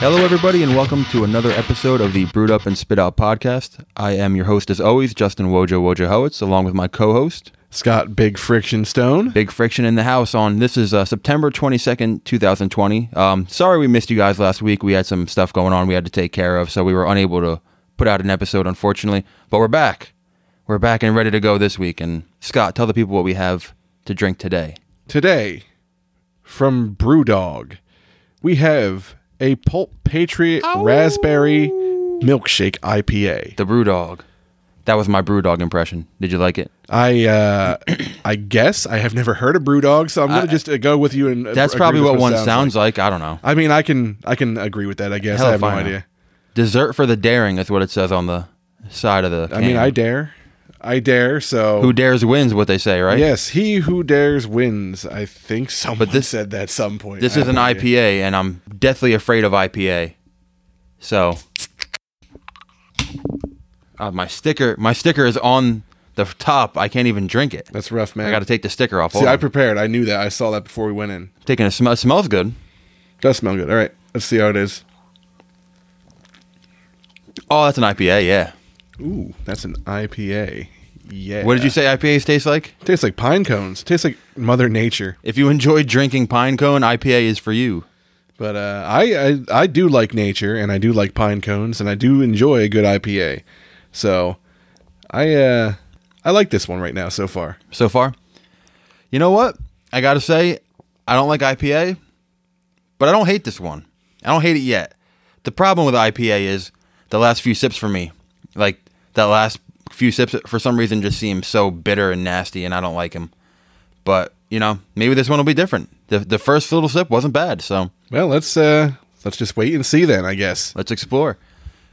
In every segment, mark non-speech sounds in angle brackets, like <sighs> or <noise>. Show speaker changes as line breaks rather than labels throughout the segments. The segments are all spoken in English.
Hello, everybody, and welcome to another episode of the Brewed Up and Spit Out podcast. I am your host, as always, Justin Wojo Wojo Howitz, along with my co host,
Scott Big Friction Stone.
Big Friction in the House, on this is uh, September 22nd, 2020. Um, sorry we missed you guys last week. We had some stuff going on we had to take care of, so we were unable to put out an episode, unfortunately. But we're back. We're back and ready to go this week. And Scott, tell the people what we have to drink today.
Today, from Brewdog, we have a Pulp Patriot Raspberry Milkshake IPA.
The Brew Dog. That was my Brew Dog impression. Did you like it?
I uh, <clears throat> I guess I have never heard of Brewdog, so I'm gonna just uh, go with you and uh,
That's
agree
probably
with
what one
it
sounds, like. I don't know.
like. I mean, I can I can agree with that. I guess
Hell
I
if
have no
I know.
idea.
Dessert for the daring is what it says on the side of the.
I mean,
can.
I dare, I dare. So
Who dares wins, what they say, right?
yes, he who dares wins. I think <laughs> someone
this-
said that at some point.
This
I
is
have
an
no idea.
IPA, and I'm deathly afraid of IPA. So, Uh, my sticker, my sticker is on the top. I can't even drink it.
That's rough, man.
I got to take the sticker off.
See,
Hold
I
on.
prepared. I knew that. I saw that before we went in.
Taking a smell. It smells good.
Does smell good. All right, let's see how it is.
Oh, that's an IPA. Yeah.
Ooh, that's an IPA. Yeah.
What did you say IPAs taste like?
Tastes like pine cones. Tastes like Mother Nature.
If you enjoy drinking pine cone, IPA is for you.
But uh, I, I I do like nature, and I do like pine cones, and I do enjoy a good IPA. So I uh, I like this one right now so far.
so far. You know what? I gotta say, I don't like IPA, but I don't hate this one. I don't hate it yet. The problem with IPA is the last few sips for me. Like that last few sips for some reason just seem so bitter and nasty, and I don't like them. But you know, maybe this one will be different. The the first little sip wasn't bad, so
Well, let's uh, let's just wait and see then. I guess.
Let's explore.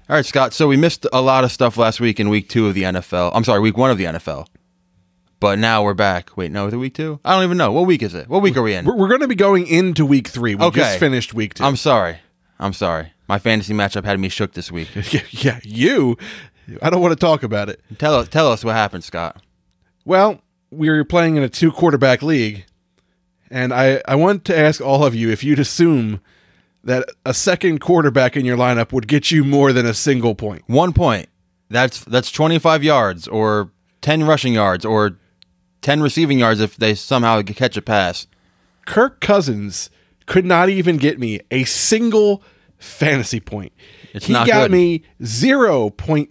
All right, Scott. So we missed a lot of stuff last week in week two of the NFL. I'm sorry, week one of the NFL. But now we're back. Wait, no, is it week two? I don't even know. What week is it? What week are we in?
We're, we're going to be going into week three. We
Okay.
just finished week 2
I'm sorry. I'm sorry. My fantasy matchup had me shook this week.
yeah, <laughs> yeah, you. I don't want to talk about it.
Tell us, tell us what happened, Scott.
Well, we were playing in a two quarterback league, and I, I want to ask all of you if you'd assume that a second quarterback in your lineup would get you more than a single point.
One point. That's that's 25 yards or 10 rushing yards or 10 receiving yards if they somehow catch a pass.
Kirk Cousins could not even get me a single fantasy point.
It's
he
not
got
good.
me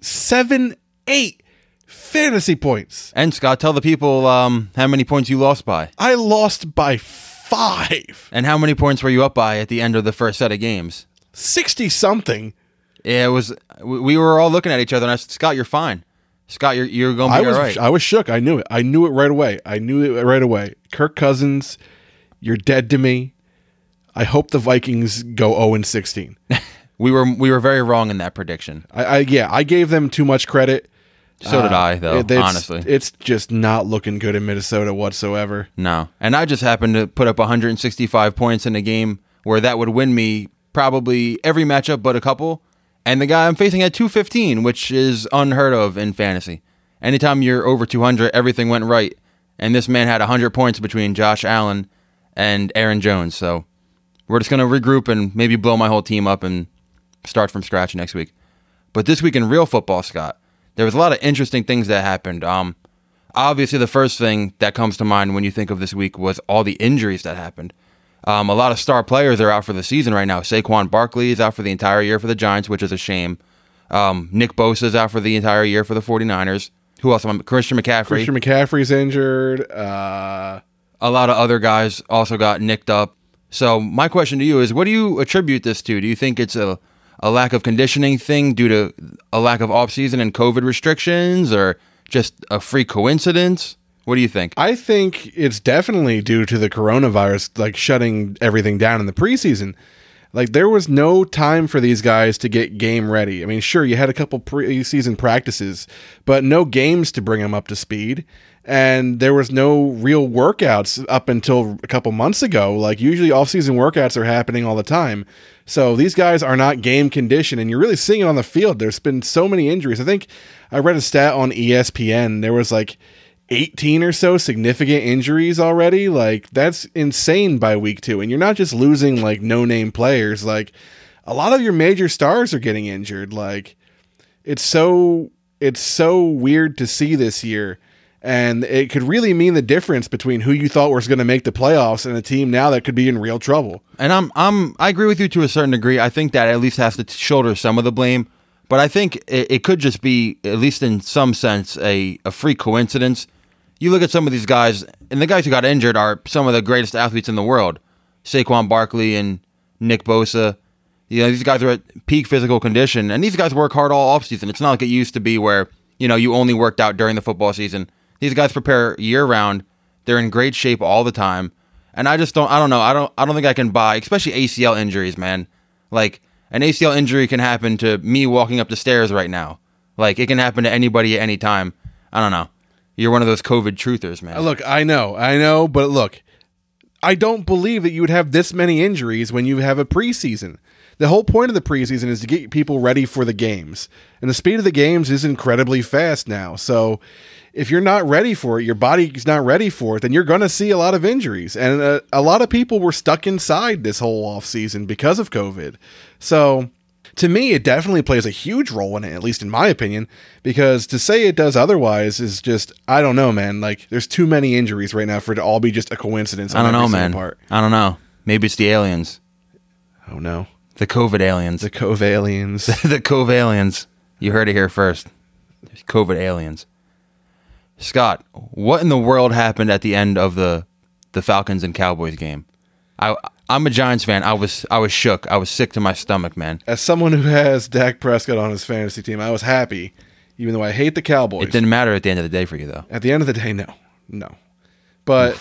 0.78 fantasy points.
And Scott, tell the people um, how many points you lost by
I lost by five,
and how many points were you up by at the end of the first set of games.
60 something.
Yeah, it was. We we were all looking at each other, and I said, "Scott, you're fine. Scott, you're you're going to
I
be all
was
right."
I was shook. I knew it. I knew it right away. I knew it right away. Kirk Cousins, you're dead to me. I hope the Vikings go 0 and 16.
We were we were very wrong in that prediction.
I, I yeah, I gave them too much credit. Uh,
So did I, though.
It- it's-
honestly,
it's just not looking good in Minnesota whatsoever.
no. And I just happened to put up 165 points in a game where that would win me probably every matchup but a couple. And the guy I'm facing had 215, which is unheard of in fantasy. Anytime you're over 200, everything went right. And this man had 100 points between Josh Allen and Aaron Jones. So we're just going to regroup and maybe blow my whole team up and start from scratch next week. But this week in real football, Scott, there was a lot of interesting things that happened. Um, obviously, the first thing that comes to mind when you think of this week was all the injuries that happened. Um, a lot of star players are out for the season right now. Saquon Barkley is out for the entire year for the Giants, which is a shame. Um, Nick Bosa is out for the entire year for the 49ers. Who else? am I- Christian McCaffrey.
Christian McCaffrey's injured. Uh,
a lot of other guys also got nicked up. So my question to you is, what do you attribute this to? Do you think it's a a lack of conditioning thing due to a lack of offseason and COVID restrictions, or just a free coincidence? What do you think?
I think it's definitely due to the coronavirus, like shutting everything down in the preseason. Like there was no time for these guys to get game ready. I mean, sure, you had a couple preseason practices, but no games to bring them up to speed, and there was no real workouts up until a couple months ago. Like usually, off-season workouts are happening all the time, so these guys are not game conditioned, and you're really seeing it on the field. There's been so many injuries. I think I read a stat on E ESPN. There was like 18 or so significant injuries already. Like, that's insane by week two. And you're not just losing like no name players. Like, a lot of your major stars are getting injured. Like it's so it's so weird to see this year. And it could really mean the difference between who you thought was going to make the playoffs and a team now that could be in real trouble.
And I'm I'm I agree with you to a certain degree. I think that at least has to t- shoulder some of the blame, but I think it, it could just be at least in some sense a a free coincidence. You look at some of these guys, and the guys who got injured are some of the greatest athletes in the world: Saquon Barkley and Nick Bosa. You know, these guys are at peak physical condition, and these guys work hard all offseason. It's not like it used to be where you know you only worked out during the football season. These guys prepare year round. They're in great shape all the time. And I just don't I don't know. I don't I don't think I can buy especially ACL injuries, man. Like an ACL injury can happen to me walking up the stairs right now. Like it can happen to anybody at any time. I don't know. You're one of those COVID truthers, man.
Look, I know, I know, but look, I don't believe that you would have this many injuries when you have a preseason. The whole point of the preseason is to get people ready for the games, and the speed of the games is incredibly fast now. So, if you're not ready for it, your body's not ready for it, then you're going to see a lot of injuries. And a, a lot of people were stuck inside this whole offseason because of COVID. So, to me, it definitely plays a huge role in it, at least in my opinion, because to say it does otherwise is just, I don't know, man. Like, there's too many injuries right now for it to all be just a coincidence.
I
on
don't
every
know,
single
man.
Part.
I don't know. Maybe it's the aliens.
Oh, no.
The COVID aliens.
The Cove aliens. <laughs>
the Cove aliens. You heard it here first. COVID aliens. Scott, what in the world happened at the end of the the Falcons and Cowboys game? I I'm a Giants fan. I was I was shook. I was sick to my stomach, man.
As someone who has Dak Prescott on his fantasy team, I was happy, even though I hate the Cowboys.
It didn't matter at the end of the day for you though.
At the end of the day, no, no. But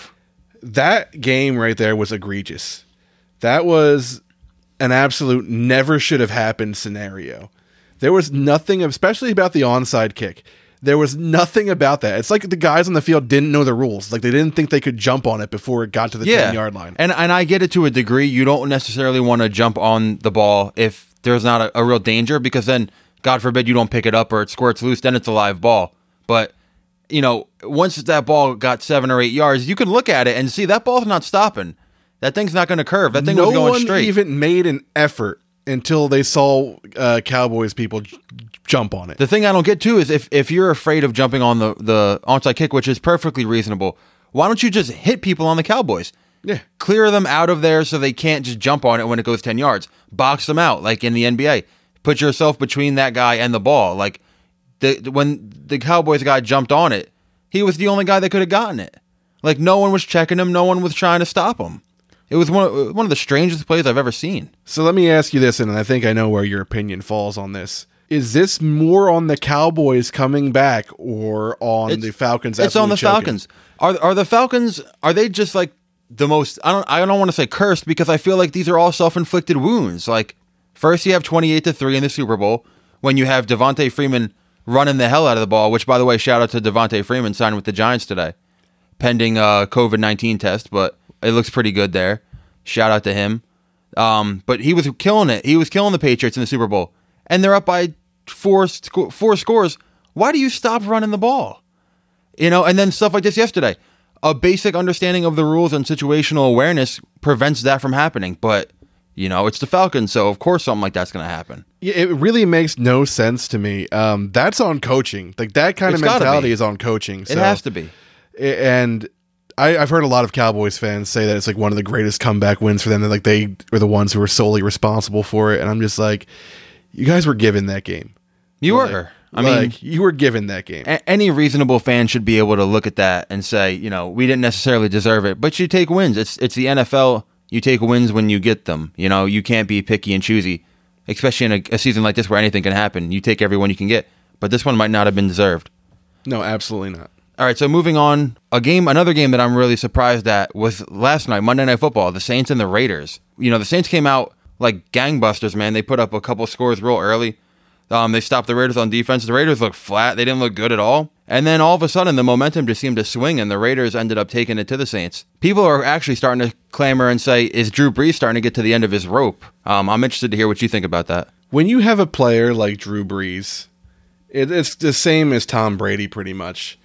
that game right there was egregious. That was an absolute never should have happened scenario. There was nothing, especially about the onside kick. There was nothing about that. It's like the guys on the field didn't know the rules. Like they didn't think they could jump on it before it got to the ten yard line.
And and I get it to a degree. You don't necessarily want to jump on the ball if there's not a, a real danger, because then, God forbid, you don't pick it up or it squirts loose. Then it's a live ball. But you know, once that ball got seven or eight yards, you can look at it and see that ball's not stopping. That thing's not going to curve. That thing
no
was going
one
straight.
even made an effort until they saw uh, Cowboys people j- jump on it.
The thing I don't get too is if if you're afraid of jumping on the the onside kick, which is perfectly reasonable, why don't you just hit people on the Cowboys?
Yeah.
Clear them out of there so they can't just jump on it when it goes 10 yards. Box them out like in the NBA. Put yourself between that guy and the ball. Like the when the Cowboys guy jumped on it, he was the only guy that could have gotten it. Like no one was checking him, no one was trying to stop him. It was one of, one of the strangest plays I've ever seen.
So let me ask you this, and I think I know where your opinion falls on this. Is this more on the Cowboys coming back or on the Falcons?
It's on
absolutely
the
choking?
Falcons. Are are the Falcons? Are they just like the most? I don't. I don't want to say cursed because I feel like these are all self-inflicted wounds. Like first, you have twenty-eight to three in the Super Bowl when you have Devontae Freeman running the hell out of the ball. Which, by the way, shout out to Devontae Freeman signed with the Giants today, pending uh, COVID nineteen test, but it looks pretty good there. Shout out to him. Um, but he was killing it. He was killing the Patriots in the Super Bowl, and they're up by four sco- four scores. Why do you stop running the ball? You know, and then stuff like this yesterday. A basic understanding of the rules and situational awareness prevents that from happening. But, you know, it's the Falcons, so of course something like that's going to happen.
Yeah, It really makes no sense to me. Um, that's on coaching. Like that kind
It's
of
gotta
mentality
be.
is on coaching.
It has to be.
and I, I've heard a lot of Cowboys fans say that it's like one of the greatest comeback wins for them. That like they were the ones who were solely responsible for it. And I'm just like, you guys were given that game.
You
Like-
were. I mean,
like, you were given that game.
a- any reasonable fan should be able to look at that and say, you know, we didn't necessarily deserve it, but you take wins. It's it's the NFL. You take wins when you get them. You know, you can't be picky and choosy, especially in a, a season like this where anything can happen. You take every one you can get, but this one might not have been deserved.
No, absolutely not.
All right, so moving on, a game, another game that I'm really surprised at was last night, Monday Night Football, the Saints and the Raiders. You know, the Saints came out like gangbusters, man. They put up a couple scores real early. Um, they stopped the Raiders on defense. The Raiders looked flat. They didn't look good at all. And then all of a sudden, the momentum just seemed to swing, and the Raiders ended up taking it to the Saints. People are actually starting to clamor and say, "Is Drew Brees starting to get to the end of his rope?" Um, I'm interested to hear what you think about that.
when you have a player like Drew Brees, it, it's the same as Tom Brady, pretty much.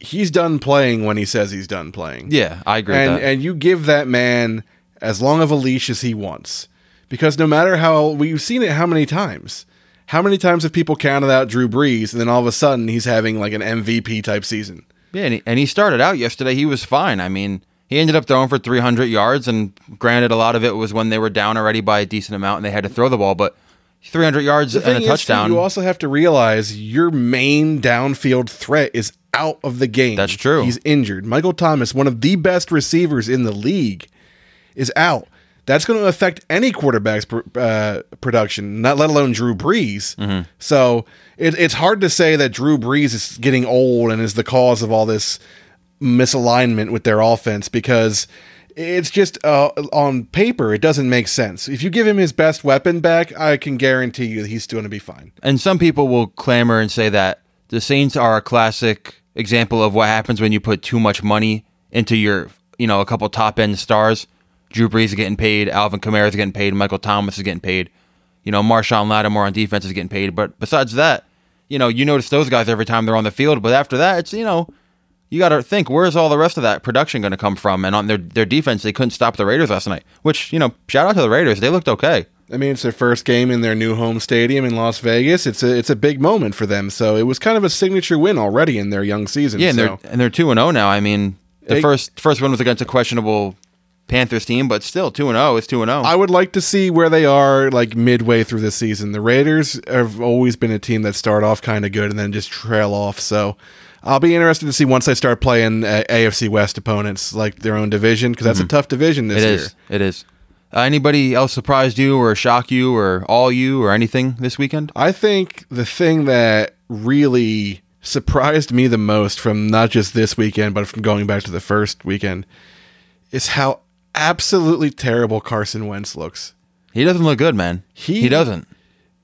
He's done playing when he says he's done playing.
Yeah, I agree.
and
with that.
and you give that man as long of a leash as he wants, because no matter how we've seen it how many times how many times have people counted out drew brees and then all of a sudden he's having like an mvp type season
Yeah, and he, and he started out yesterday. He was fine. I mean, he ended up throwing for 300 yards, and granted, a lot of it was when they were down already by a decent amount and they had to throw the ball, but 300 yards
The
and a
thing is, too,
touchdown.
you also have to realize your main downfield threat is out of the game.
That's true.
He's injured. Michael Thomas, one of the best receivers in the league, is out. That's going to affect any quarterback's pr- uh, production, not let alone Drew Brees.
Mm-hmm.
So it, it's hard to say that Drew Brees is getting old and is the cause of all this misalignment with their offense because it's just uh, on paper it doesn't make sense. If you give him his best weapon back, I can guarantee you that he's going to be fine.
and some people will clamor and say that the Saints are a classic example of what happens when you put too much money into your, you know, a couple top end stars. Drew Brees is getting paid, Alvin Kamara is getting paid, Michael Thomas is getting paid, you know, Marshawn Lattimore on defense is getting paid. But besides that, you know, you notice those guys every time they're on the field. But after that, it's you know, you got to think where's all the rest of that production going to come from? And on their their defense, they couldn't stop the Raiders last night. Which you know, shout out to the Raiders, they looked okay.
I mean, it's their first game in their new home stadium in Las Vegas. It's a it's a big moment for them. So it was kind of a signature win already in their young season.
Yeah, and
so.
they're and they're two and zero now. I mean, the
Hey.
first first one was against a questionable Panthers team, but still two and zero is two and oh. zero.
I would like to see where they are like midway through the season. The Raiders have always been a team that start off kind of good and then just trail off. So I'll be interested to see once they start playing uh, AFC West opponents like their own division because that's a tough division this
Mm-hmm. It
year.
is. It is. Uh, anybody else surprised you or shock you or all you or anything this weekend?
I think the thing that really surprised me the most from not just this weekend, but from going back to the first weekend, is how absolutely terrible Carson Wentz looks.
He doesn't look good, man.
He-
he doesn't.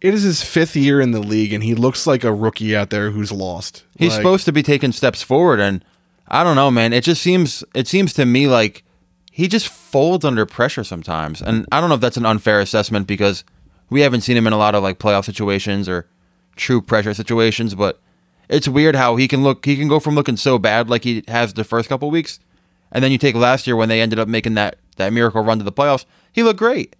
It is his fifth year in the league, and he looks like a rookie out there who's lost.
He's
Like,
supposed to be taking steps forward, and I don't know, man. It just seems it seems to me like he just folds under pressure sometimes, and I don't know if that's an unfair assessment because we haven't seen him in a lot of like playoff situations or true pressure situations, but it's weird how he can look he can go from looking so bad like he has the first couple weeks, and then you take last year when they ended up making that that miracle run to the playoffs, he looked great.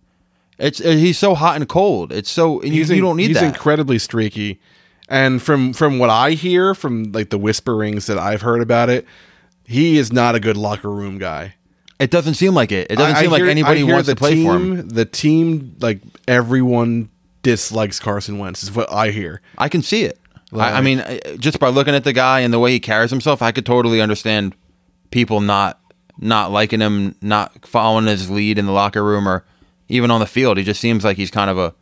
It's uh, he's so hot and cold. It's so and you,
in-
you don't need
he's
that.
incredibly streaky. And from from what I hear from like the whisperings that I've heard about it, he is not a good locker room guy.
it doesn't seem like it. It doesn't
I- I
seem like
hear-
anybody
I hear
wants
the
to play
team,
for him.
The team, like everyone, dislikes Carson Wentz. Is what I hear.
I can see it. I, I
Like-
mean, I- just by looking at the guy and the way he carries himself, I could totally understand people not not liking him, not following his lead in the locker room or even on the field. He just seems like he's kind of a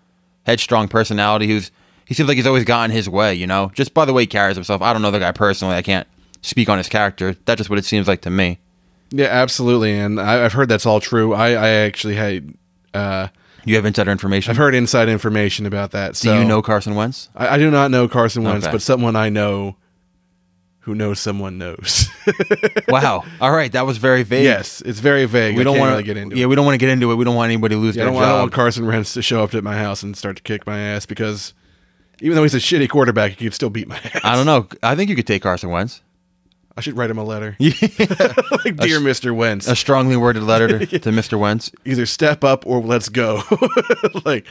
headstrong personality who's he seems like he's always gotten his way, you know. Just by the way he carries himself. I don't know the guy personally. I can't speak on his character. That's just what it seems like to me.
Yeah, absolutely. And I, I've heard that's all true. I, I actually had uh,
You have insider information.
I've heard inside information about that.
Do
So
you know Carson Wentz?
I, I do not know Carson Wentz,
Okay.
but someone I know who knows someone knows. <laughs>
wow. All right, that was very vague.
yes, it's very vague.
We don't want
want to really get into
yeah,
it.
we don't want to get into it. We don't want anybody to lose
I
their
don't, want, I
job.
don't want Carson Wentz to show up at my house and start to kick my ass because even though he's a shitty quarterback, he could still beat my <laughs> ass.
I don't know. I think you could take Carson Wentz.
I should write him a <laughs> letter. like, dear Mr. Wentz,
A strongly worded letter
<laughs>
to, to Mr. Wentz.
either step up or
<laughs>
let's go. like,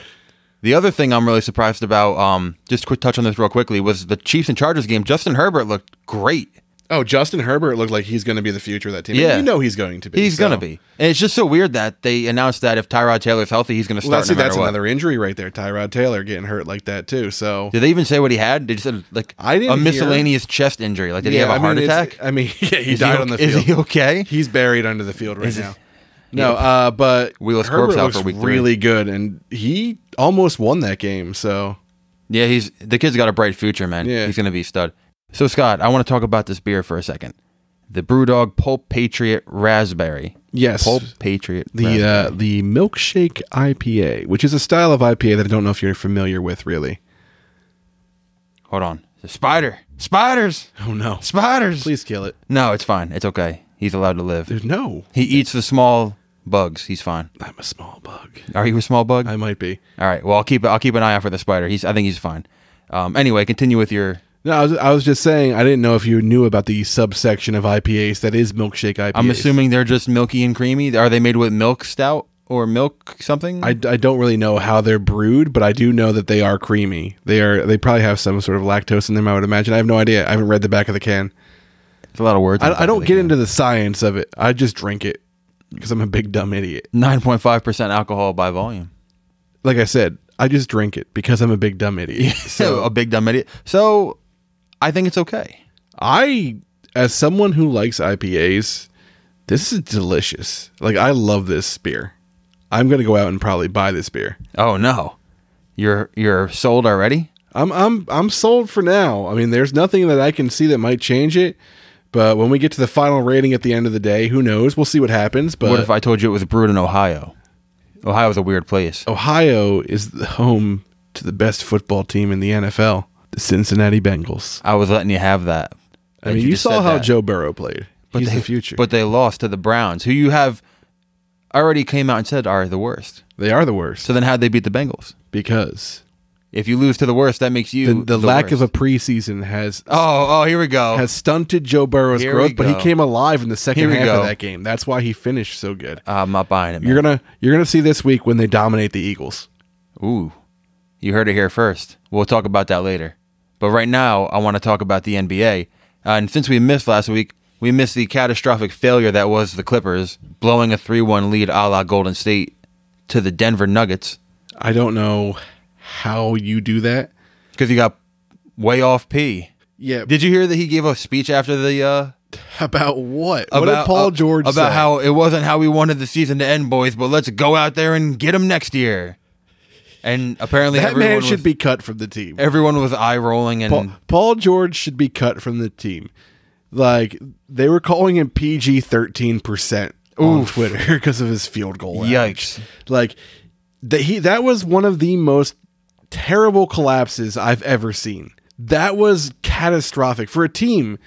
The other thing I'm really surprised about, um, just quick touch on this real quickly, was the Chiefs and Chargers game. Justin Herbert looked great.
oh, Justin Herbert looked like he's going to be the future of that team.
Yeah.
you know he's going to be.
He's
so-
gonna be, and it's just so weird that they announced that if Tyrod Taylor's healthy, he's gonna
Well,
start.
that's,
no matter
that's
what.
another injury right there. Tyrod Taylor getting hurt like that too. So
Did they even say what he had? They just said like
I didn't
a
hear-
miscellaneous chest injury. Like did he have a
I
heart
mean, it's-
attack?
I mean, <laughs> yeah, he
Is
died
o-
on the
Is
field.
he okay?
He's buried under the field right
Is he-
now. No, uh, but
Wheelis Corbs
Herbert
out
looks
for week three.
really good, and he almost won that game. So
Yeah, he's the kid's got a bright future, man.
Yeah.
He's gonna be a stud. So Scott, I want to talk about this beer for a second. The BrewDog Pulp Patriot Raspberry.
yes,
Pulp Patriot.
the uh, the milkshake IPA, which is a style of IPA that I don't know if you're familiar with, really. uh,
Hold on. The spider. Spiders.
Oh no!
Spiders.
Please kill it.
No, it's fine. It's okay. He's allowed to live.
There's no.
He eats the small bugs. He's fine.
I'm a small bug.
Are you a small bug?
I might be.
All right. Well, I'll keep I'll keep an eye out for the spider. He's I think he's fine. Um, anyway, continue with your.
No, I was, I was just saying I didn't know if you knew about the subsection of IPAs that is milkshake IPAs.
I'm assuming they're just milky and creamy. Are they made with milk stout or milk something.
I, I don't really know how they're brewed, but I do know that they are creamy. They are they probably have some sort of lactose in them. I would imagine. I have no idea. I haven't read the back of the can.
it's a lot of words.
I, I don't get into the science of it. I just drink it because I'm a big dumb idiot.
nine point five percent alcohol by volume.
Like I said, I just drink it because I'm a big dumb idiot. <laughs>
So a big dumb idiot. So I think it's okay.
I, as someone who likes IPAs, this is delicious. Like I love this beer. I'm gonna go out and probably buy this beer.
Oh no, you're you're sold already.
I'm I'm I'm sold for now. I mean, there's nothing that I can see that might change it. But when we get to the final rating at the end of the day, who knows? We'll see what happens. But
what if I told you it was brewed in Ohio? Ohio's a weird place.
Ohio is the home to the best football team in the NFL, the Cincinnati Bengals.
I was letting you have that.
I mean, you,
just
saw
said
how
that.
Joe Burrow played. He's
they-
the future.
But they lost to the Browns, who you have already came out and said are the worst.
they are the worst
So then how'd they beat the Bengals?
because
If you lose to the worst, that makes you
the, the lack of
worst.
a preseason has
Oh, oh, here we go.
has stunted Joe Burrow's
Here we
growth, but he
go.
came alive in the second
Here we
half
go.
of that game. That's why he finished so good.
I'm not buying it. Man.
You're gonna you're gonna see this week when they dominate the Eagles.
Ooh, you heard it here first. We'll talk about that later. But right now, I want to talk about the NBA. Uh, and since we missed last week, we missed the catastrophic failure that was the Clippers blowing a 3 1 lead a la Golden State to the Denver Nuggets
I don't know how you do that.
because you got way off P.
Yeah.
Did you hear that he gave a speech after the. Uh,
about what?
about,
what did Paul
uh,
George
about
say?
how it wasn't how we wanted the season to end, boys, but let's go out there and get them next year. And apparently,
that
everyone
man
was,
should be cut from the team.
everyone was eye rolling and
Paul, Paul George should be cut from the team. Like they were calling him PG thirteen percent on Twitter <laughs> because of his field goal. average.
Yikes.
Like that he that was one of the most terrible collapses I've ever seen. That was catastrophic for a team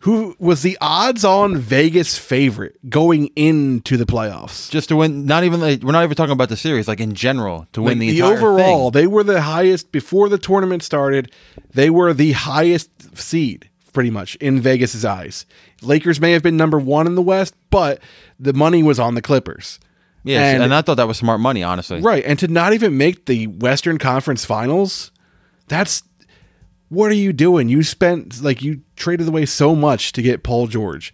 who was the odds-on Vegas favorite going into the playoffs.
just to win. Not even like, we're not even talking about the series. Like in general, to win the,
the
entire
overall
thing.
they were the highest before the tournament started they were the highest seed pretty much in vegas's eyes lakers may have been number one in the west but the money was on the clippers
Yes, and,
and-
I thought that was smart money, honestly.
right and to not even make the western conference finals that's what are you doing you spent like you traded away so much to get paul george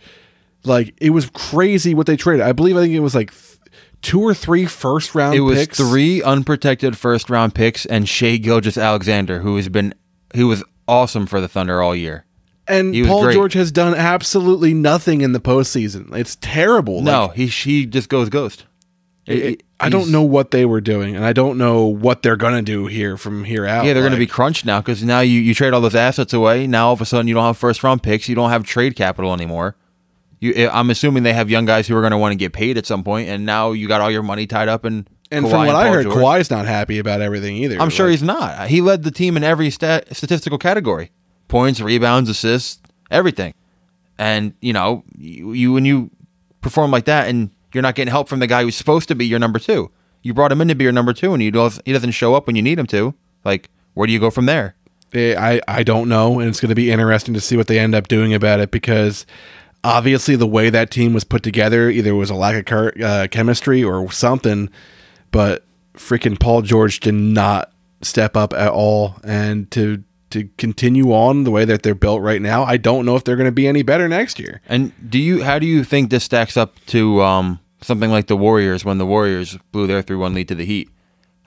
like it was crazy what they traded i believe i think it was like th- two or three first round
It was
picks
three unprotected first round picks and Shea Gilgis Alexander, who has been he was awesome for the Thunder all year.
And
was
Paul
great.
George has done absolutely nothing in the postseason. It's terrible.
no, he he just goes ghost. It-
Like,
it-
I
he's-
don't know what they were doing, and I don't know what they're gonna do here from here out.
Yeah, they're going to be
Like,
crunched now because now you, you trade all those assets away. Now all of a sudden you don't have first round picks. You don't have trade capital anymore. You, eh, I'm assuming they have young guys who are going to want to get paid at some point, and now you got all your money tied up in.
And
Kawhi
from what I
Paul
heard,
George.
Kawhi's not happy about everything either.
I'm sure he's not. He led the team in every stat- statistical category: points, rebounds, assists, everything. And you know, you, you when you perform like that, and you're not getting help from the guy who's supposed to be your number two. You brought him in to be your number two, and he does he doesn't show up when you need him to. Like, where do you go from there?
Eh, I I don't know, and it's going to be interesting to see what they end up doing about it because obviously the way that team was put together, either it was a lack of cur- uh, chemistry or something, but freaking Paul George did not step up at all, and to to continue on the way that they're built right now, I don't know if they're going to be any better next year.
And do you how do you think this stacks up to um, something like the Warriors when the Warriors blew their three one lead to the Heat?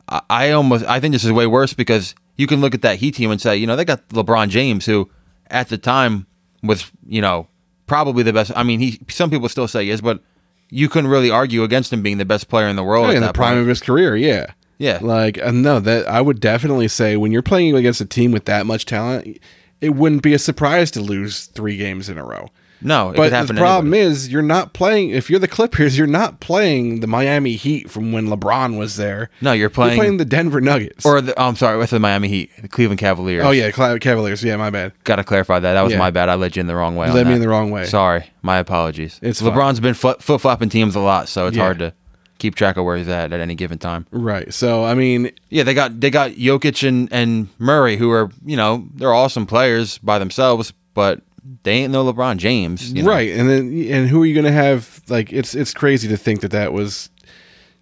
I, I almost I think this is way worse because you can look at that Heat team and say, you know, they got LeBron James who at the time was, you know, probably the best I mean he some people still say he is, but you couldn't really argue against him being the best player in the world. Oh, at
in the
that
prime
point.
of his career. Yeah,
Yeah.
Like uh, no, that I would definitely say when you're playing against a team with that much talent, it wouldn't be a surprise to lose three games in a row.
No, it could
But
happen
the
to
problem is, you're not playing. If you're the Clippers, you're not playing the Miami Heat from when LeBron was there.
No, you're playing-
the Denver Nuggets.
or the, oh, I'm sorry, with the Miami Heat, the Cleveland Cavaliers.
oh yeah, Cla- Cavaliers. Yeah, my bad.
Got to clarify that. That was
Yeah.
my bad. I led you in the wrong way.
You
on
led me
that.
in the wrong way.
Sorry, my apologies.
It's fine.
LeBron's been fl- flip flopping teams a lot, so it's
Yeah.
hard to keep track of where he's at at any given time.
Right. So I mean,
Yeah, they got they got Jokic and and Murray, who are you know they're awesome players by themselves, but they ain't no LeBron James. you know?
right. And then and who are you going to have? Like it's it's crazy to think that that was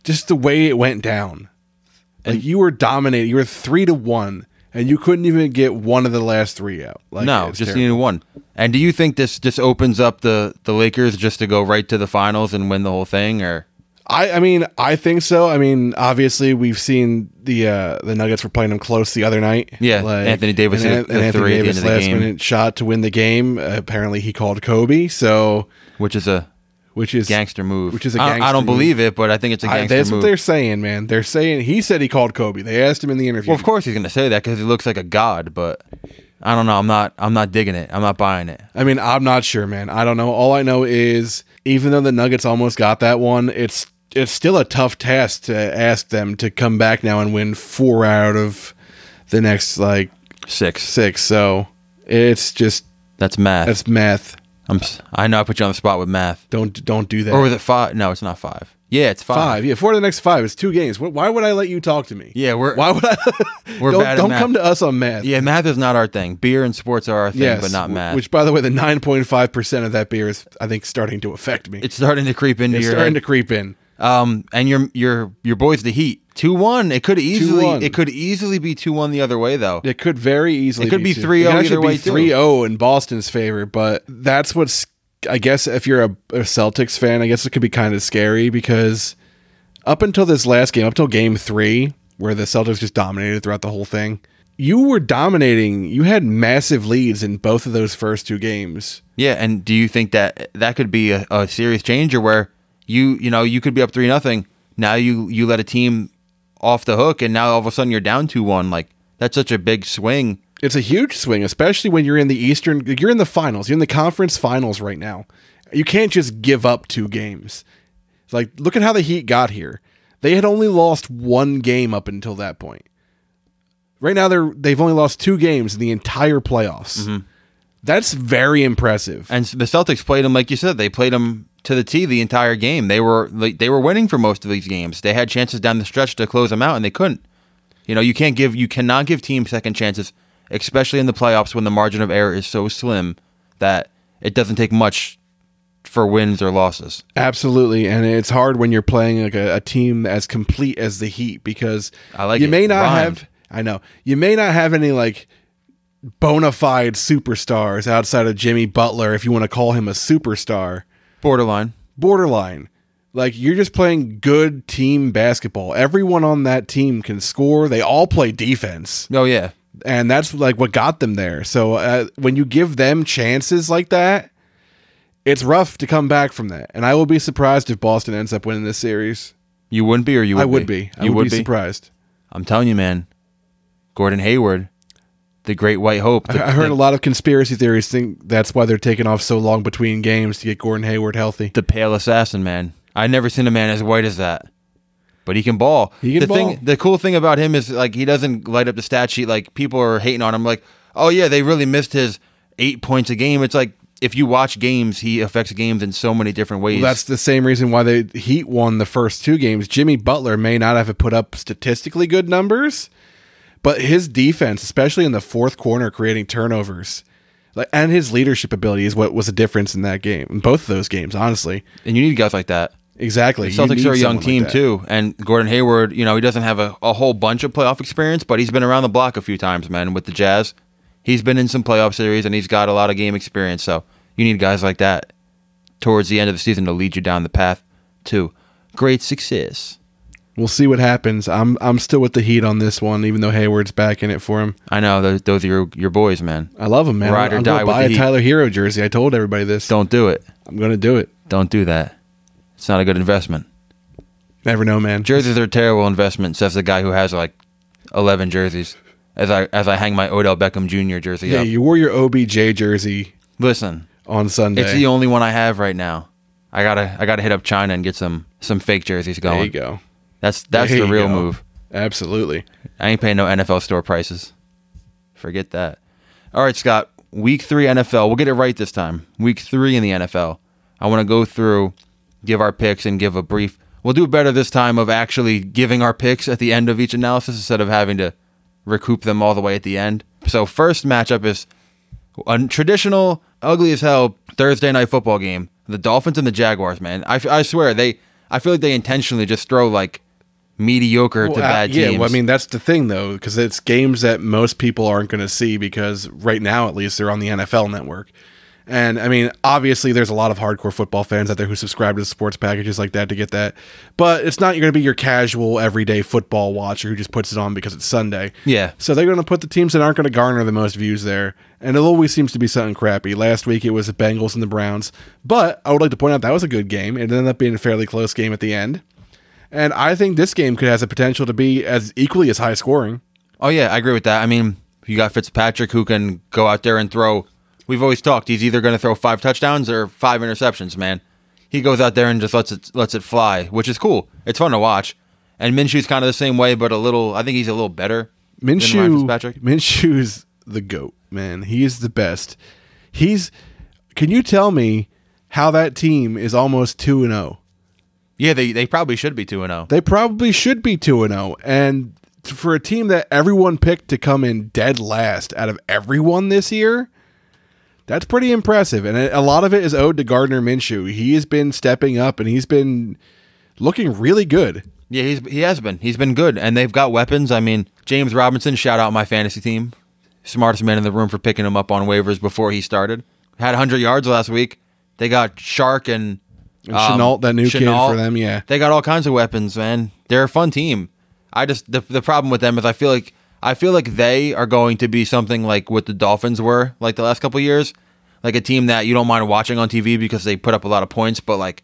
just the way it went down. Like you were dominating. You were three to one, and you couldn't even get one of the last three out. Like,
no,
it's
just
terrible.
needed one. And do you think this just opens up the the Lakers just to go right to the finals and win the whole thing, or
I, I mean, I think so. I mean, obviously, we've seen the uh, the Nuggets were playing them close the other night.
Yeah, Anthony Davis hit
and,
the
and Anthony
three at the end
Davis
of the
last
game.
minute shot to win the game. Uh, apparently, he called Kobe. So,
which is a
which is
gangster move?
Which is a
I- I,
gangster
don't
move.
believe it, but I think it's a
I,
gangster
that's
move.
what they're saying, man. They're saying he said he called Kobe. They asked him in the interview.
Well, of course he's gonna say that because he looks like a god. But I don't know. I'm not. I'm not digging it. I'm not buying it.
I mean, I'm not sure, man. I don't know. All I know is even though the Nuggets almost got that one, it's it's still a tough task to ask them to come back now and win four out of the next like
Six.
six. So it's just
That's math.
that's math.
I'm. s- I know. I put you on the spot with math.
Don't don't do that.
Or was it five? No, it's not five. Yeah, it's five.
five. Yeah, four of the next five. It's two games. Wh- Why would I let you talk to me?
Yeah, we're
Why would I? <laughs>
We're
don't
bad at
don't
math.
come to us on math.
yeah. Math is not our thing. Beer and sports are our thing,
Yes,
but not
w-
math.
Which, by the way, the nine point five percent of that beer is, I think, starting to affect me.
it's starting to creep into
it's
your
starting
head.
to creep in.
Um, and your your your boys the Heat two one. It could easily
2-1.
it could easily be two one the other way though.
It could very easily.
It could be 3-0
two. It could
either
actually
way,
be
too.
3-0 in Boston's favor, but that's what's. I guess if you're a, a Celtics fan, I guess it could be kind of scary because up until this last game, up till Game Three, where the Celtics just dominated throughout the whole thing, you were dominating. You had massive leads in both of those first two games.
Yeah, and do you think that that could be a, a serious changer where you you know you could be up three nothing now you you let a team off the hook and now all of a sudden you're down two one like that's such a big swing.
It's a huge swing, especially when you're in the Eastern. You're in the finals. You're in the conference finals right now. You can't just give up two games. It's like, look at how the Heat got here. They had only lost one game up until that point. Right now, they're they've only lost two games in the entire playoffs. That's very impressive.
And the Celtics played them like you said. They played them to the T the entire game. They were like, they were winning for most of these games. They had chances down the stretch to close them out, and they couldn't. You know, you can't give you cannot give teams second chances, especially in the playoffs when the margin of error is so slim that it doesn't take much for wins or losses.
Absolutely, and it's hard when you're playing like a, a team as complete as the Heat because
I like
you
it.
may not
Rhymed.
have. I know you may not have any like bona fide superstars outside of Jimmy Butler, if you want to call him a superstar.
Borderline.
Borderline, like you're just playing good team basketball. Everyone on that team can score. They all play defense
Oh yeah.
and that's like what got them there. So uh, when you give them chances like that, it's rough to come back from that. And I will be surprised if Boston ends up winning this series.
You wouldn't be, or you would
I would be. I
You
would, be, surprised.
I'm telling you, man. Gordon Hayward, the Great White Hope. The,
I heard a lot of conspiracy theories think that's why they're taking off so long between games to get Gordon Hayward healthy.
the pale assassin, man. I never seen a man as white as that. But he can ball.
He can
the
ball.
thing the cool thing about him is like he doesn't light up the stat sheet like people are hating on him like, "Oh yeah, they really missed his 8 points a game." It's like if you watch games, he affects games in so many different ways.
That's the same reason why the Heat won the first two games. Jimmy Butler may not have put up statistically good numbers, but his defense, especially in the fourth corner, creating turnovers, like, and his leadership ability is what was a difference in that game, in both of those games, honestly.
and you need guys like that.
Exactly. You
Celtics
need
are a
someone
young
like
team
that.
too, and Gordon Hayward, you know, he doesn't have a, a whole bunch of playoff experience, but he's been around the block a few times, man. With the Jazz, he's been in some playoff series, and he's got a lot of game experience. So you need guys like that towards the end of the season to lead you down the path to great success.
We'll see what happens. I'm I'm still with the Heat on this one, even though Hayward's back in it for him.
I know those, those are your, your boys, man.
I love him, man.
Ride or
I'm
die
gonna
with
buy
the
a
Heat.
Tyler Hero jersey. I told everybody this.
Don't do it.
I'm gonna do it.
Don't do that. It's not a good investment.
Never know, man.
Jerseys are a terrible investment. Says the guy who has like eleven jerseys. As I as I hang my Odell Beckham Jr. jersey
yeah,
up.
you wore your OBJ jersey
Listen,
on Sunday.
It's the only one I have right now. I gotta I gotta hit up China and get some some fake jerseys going.
There you go.
That's that's
There
the
you
real
go.
move.
Absolutely.
I ain't paying no NFL store prices. Forget that. All right, Scott. Week three NFL. We'll get it right this time. Week three in the NFL. I want to go through, give our picks, and give a brief. We'll do better this time of actually giving our picks at the end of each analysis instead of having to recoup them all the way at the end. So first matchup is a traditional, ugly as hell Thursday night football game. The Dolphins and the Jaguars, man. I, I swear they I feel like they intentionally just throw like mediocre to
Well, uh,
bad
yeah,
teams.
well, I mean that's the thing though, because it's games that most people aren't going to see because right now, at least, they're on the NFL Network. And I mean, obviously, there's a lot of hardcore football fans out there who subscribe to the sports packages like that to get that. But it's not going to be your casual everyday football watcher who just puts it on because it's Sunday.
Yeah.
So they're going to put the teams that aren't going to garner the most views there. And it always seems to be something crappy. Last week it was the Bengals and the Browns. But I would like to point out that was a good game. It ended up being a fairly close game at the end. And I think this game could has the potential to be as equally as high scoring.
Oh yeah, I agree with that. I mean, you got Fitzpatrick who can go out there and throw. We've always talked. He's either going to throw five touchdowns or five interceptions. Man, he goes out there and just lets it lets it fly, which is cool. It's fun to watch. And Minshew's kind of the same way, but a little. I think he's a little better. than Ryan
Minshew,
Fitzpatrick.
Minshew's the goat, man. He is the best. He's. Can you tell me how that team is almost two and zero?
Yeah, they they probably should be two and oh. zero.
They probably should be two and zero, and for a team that everyone picked to come in dead last out of everyone this year, that's pretty impressive. And a lot of it is owed to Gardner Minshew. He has been stepping up, and he's been looking really good.
Yeah, he's he has been. He's been good, and they've got weapons. I mean, James Robinson, shout out my fantasy team, smartest man in the room for picking him up on waivers before he started. Had 100 yards last week. They got Shark and,
And
Um,
Chenault, that new kid for them, yeah.
they got all kinds of weapons, man. They're a fun team. I just the the problem with them is I feel like I feel like they are going to be something like what the Dolphins were like the last couple of years, like a team that you don't mind watching on TV because they put up a lot of points, but like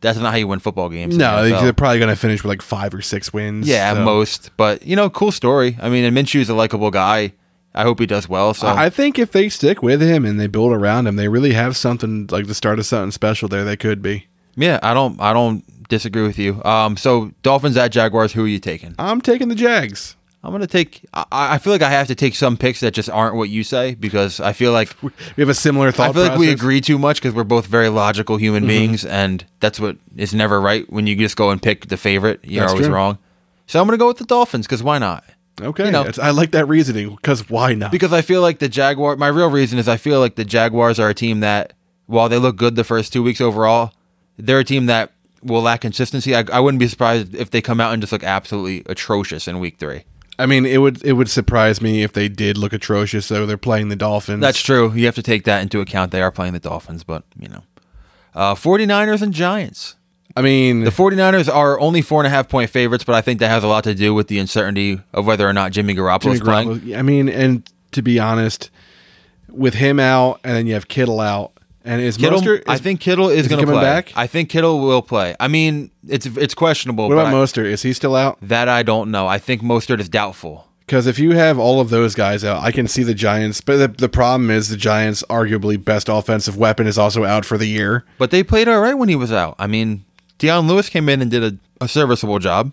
that's not how you win football games. in the
No,
NFL.
they're probably going to finish with like five or six wins.
Yeah,
so.
at most. But you know, cool story. I mean, and Minshew's a likable guy. I hope he does well. So
I I think if they stick with him and they build around him, they really have something like the start of something special there. They could be.
yeah, I don't, I don't disagree with you. Um, so Dolphins at Jaguars. Who are you taking?
I'm taking the Jags.
I'm gonna take. I, I feel like I have to take some picks that just aren't what you say because I feel like
We have a similar thought.
I feel like we
process.
agree too much because we're both very logical human beings, and that's what is never right when you just go and pick the favorite. You're
That's
always
true.
wrong. So I'm gonna go with the Dolphins because why not?
Okay,
you know.
that's- I like that reasoning because why not?
because I feel like the Jaguar. My real reason is I feel like the Jaguars are a team that, while they look good the first two weeks overall, they're a team that will lack consistency. I, I wouldn't be surprised if they come out and just look absolutely atrocious in week three.
I mean, it would it would surprise me if they did look atrocious. So they're playing the Dolphins.
That's true. You have to take that into account. They are playing the Dolphins, but you know, uh, 49ers and Giants.
I mean,
The 49ers are only four and a half point favorites, but I think that has a lot to do with the uncertainty of whether or not Jimmy Garoppolo
Jimmy
is playing.
Garoppolo- I mean, and to be honest, with him out, and then you have Kittle out, and is
Kittle,
Mostert? Is,
I think Kittle
is
is,
he
going to
coming
play.
back?
I think Kittle will play. I mean, it's it's questionable.
What
but
about
I-
Mostert? Is he still out?
That I don't know. I think Mostert is doubtful.
Because if you have all of those guys out, I can see the Giants. But the, the problem is the Giants' arguably best offensive weapon is also out for the year.
But they played all right when he was out. I mean, Deion Lewis came in and did a, a serviceable job.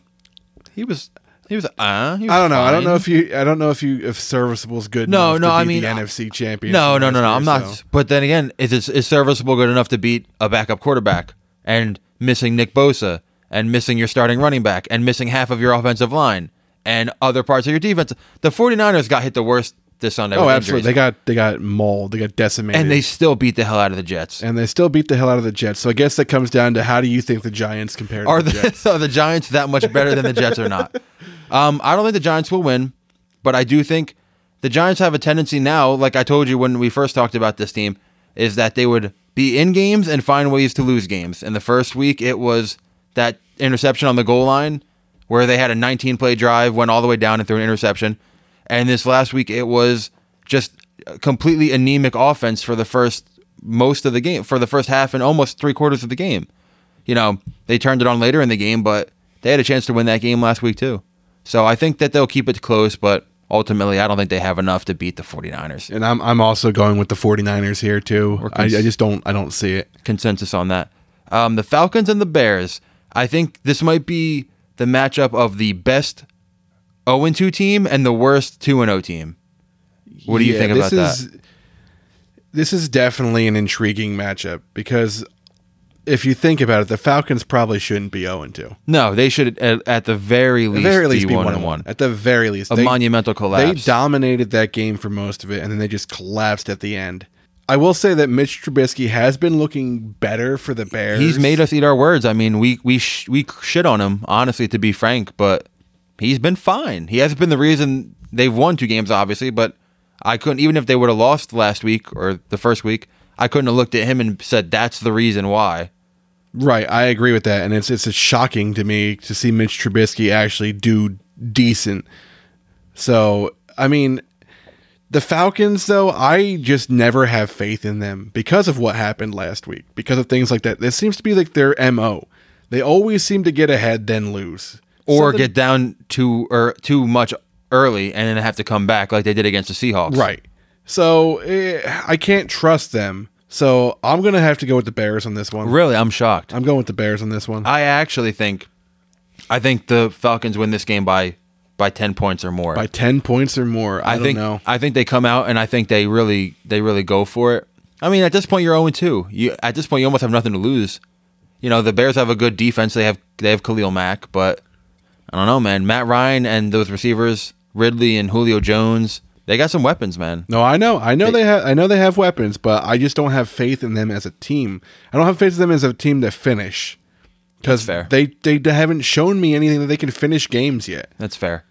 He was he was uh he was
I don't know. I don't
fine.
know if you. I don't know if you if serviceable is good.
No,
enough
no,
To
I
be
mean,
the
I-
NFC champion.
No,
from
no,
last
no, no.
year,
I'm not.
so-
But then again, is it is serviceable good enough to beat a backup quarterback and missing Nick Bosa and missing your starting running back and missing half of your offensive line and other parts of your defense? The 49ers got hit the worst this Sunday.
Oh,
with
absolutely. They
injuries.
got they got mauled. They got decimated.
and they still beat the hell out of the Jets.
and they still beat the hell out of the Jets. So I guess that comes down to how do you think the Giants compare to
are
the,
the, <laughs>
Jets?
are the Giants that much better than the Jets or not?
<laughs>
Um, I don't think the Giants will win, but I do think the Giants have a tendency now, like I told you when we first talked about this team, is that they would be in games and find ways to lose games. And the first week, it was that interception on the goal line where they had a 19 play drive, went all the way down and threw an interception. And this last week, it was just a completely anemic offense for the first most of the game, for the first half and almost three quarters of the game you know, they turned it on later in the game, but they had a chance to win that game last week too. So I think that they'll keep it close, but ultimately I don't think they have enough to beat the 49ers.
And I'm I'm also going with the 49ers here too. I, I
cons-
just don't I don't see it.
Consensus on that. Um, the Falcons and the Bears. I think this might be the matchup of the best 0 2 team and the worst 2 0 team. What do you
Yeah,
think about that?
is, This is definitely an intriguing matchup because if you think about it, the Falcons probably shouldn't be 0 2.
No, they should at, at the very
At
least,
the very least, be 1
1 1.
At the very least,
A monumental collapse.
They dominated that game for most of it, and then they just collapsed at the end. I will say that Mitch Trubisky has been looking better for the Bears.
He's made us eat our words. I mean, we we sh- we shit on him honestly, to be frank. But he's been fine. He hasn't been the reason they've won two games, obviously. But I couldn't even if they would have lost last week or the first week, I couldn't have looked at him and said that's the reason why.
Right, I agree with that, and it's it's shocking to me to see Mitch Trubisky actually do decent. So I mean, the Falcons though, I just never have faith in them because of what happened last week, because of things like that. It seems to be like their mo. They always seem to get ahead then lose
Or
Something-
get down too or too much early and then have to come back like they did against the Seahawks.
right. So eh, I can't trust them. So I'm gonna have to go with the Bears on this one.
Really, I'm shocked.
I'm going with the Bears on this one.
I actually think I think the Falcons win this game by by 10 points or more.
by 10 points or more. I,
I
don't
think
know.
I think they come out and I think they really they really go for it. I mean, at this point you're 0 2. You at this point you almost have nothing to lose. You know, the Bears have a good defense. They have they have Khalil Mack, but I don't know, man. Matt Ryan and those receivers, Ridley and Julio Jones, they got some weapons, man.
No, I know. I know they, have I know they have weapons, but I just don't have faith in them as a team. I don't have faith in them as a team to finish.
That's
Cuz
fair.
they they haven't shown me anything that they can finish games yet.
That's fair.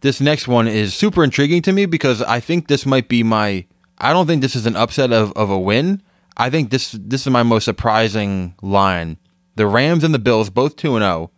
This next one is super intriguing to me because I think this might be my. I don't think this is an upset of, of a win. I think this this is my most surprising line. The Rams and the Bills both two and zero.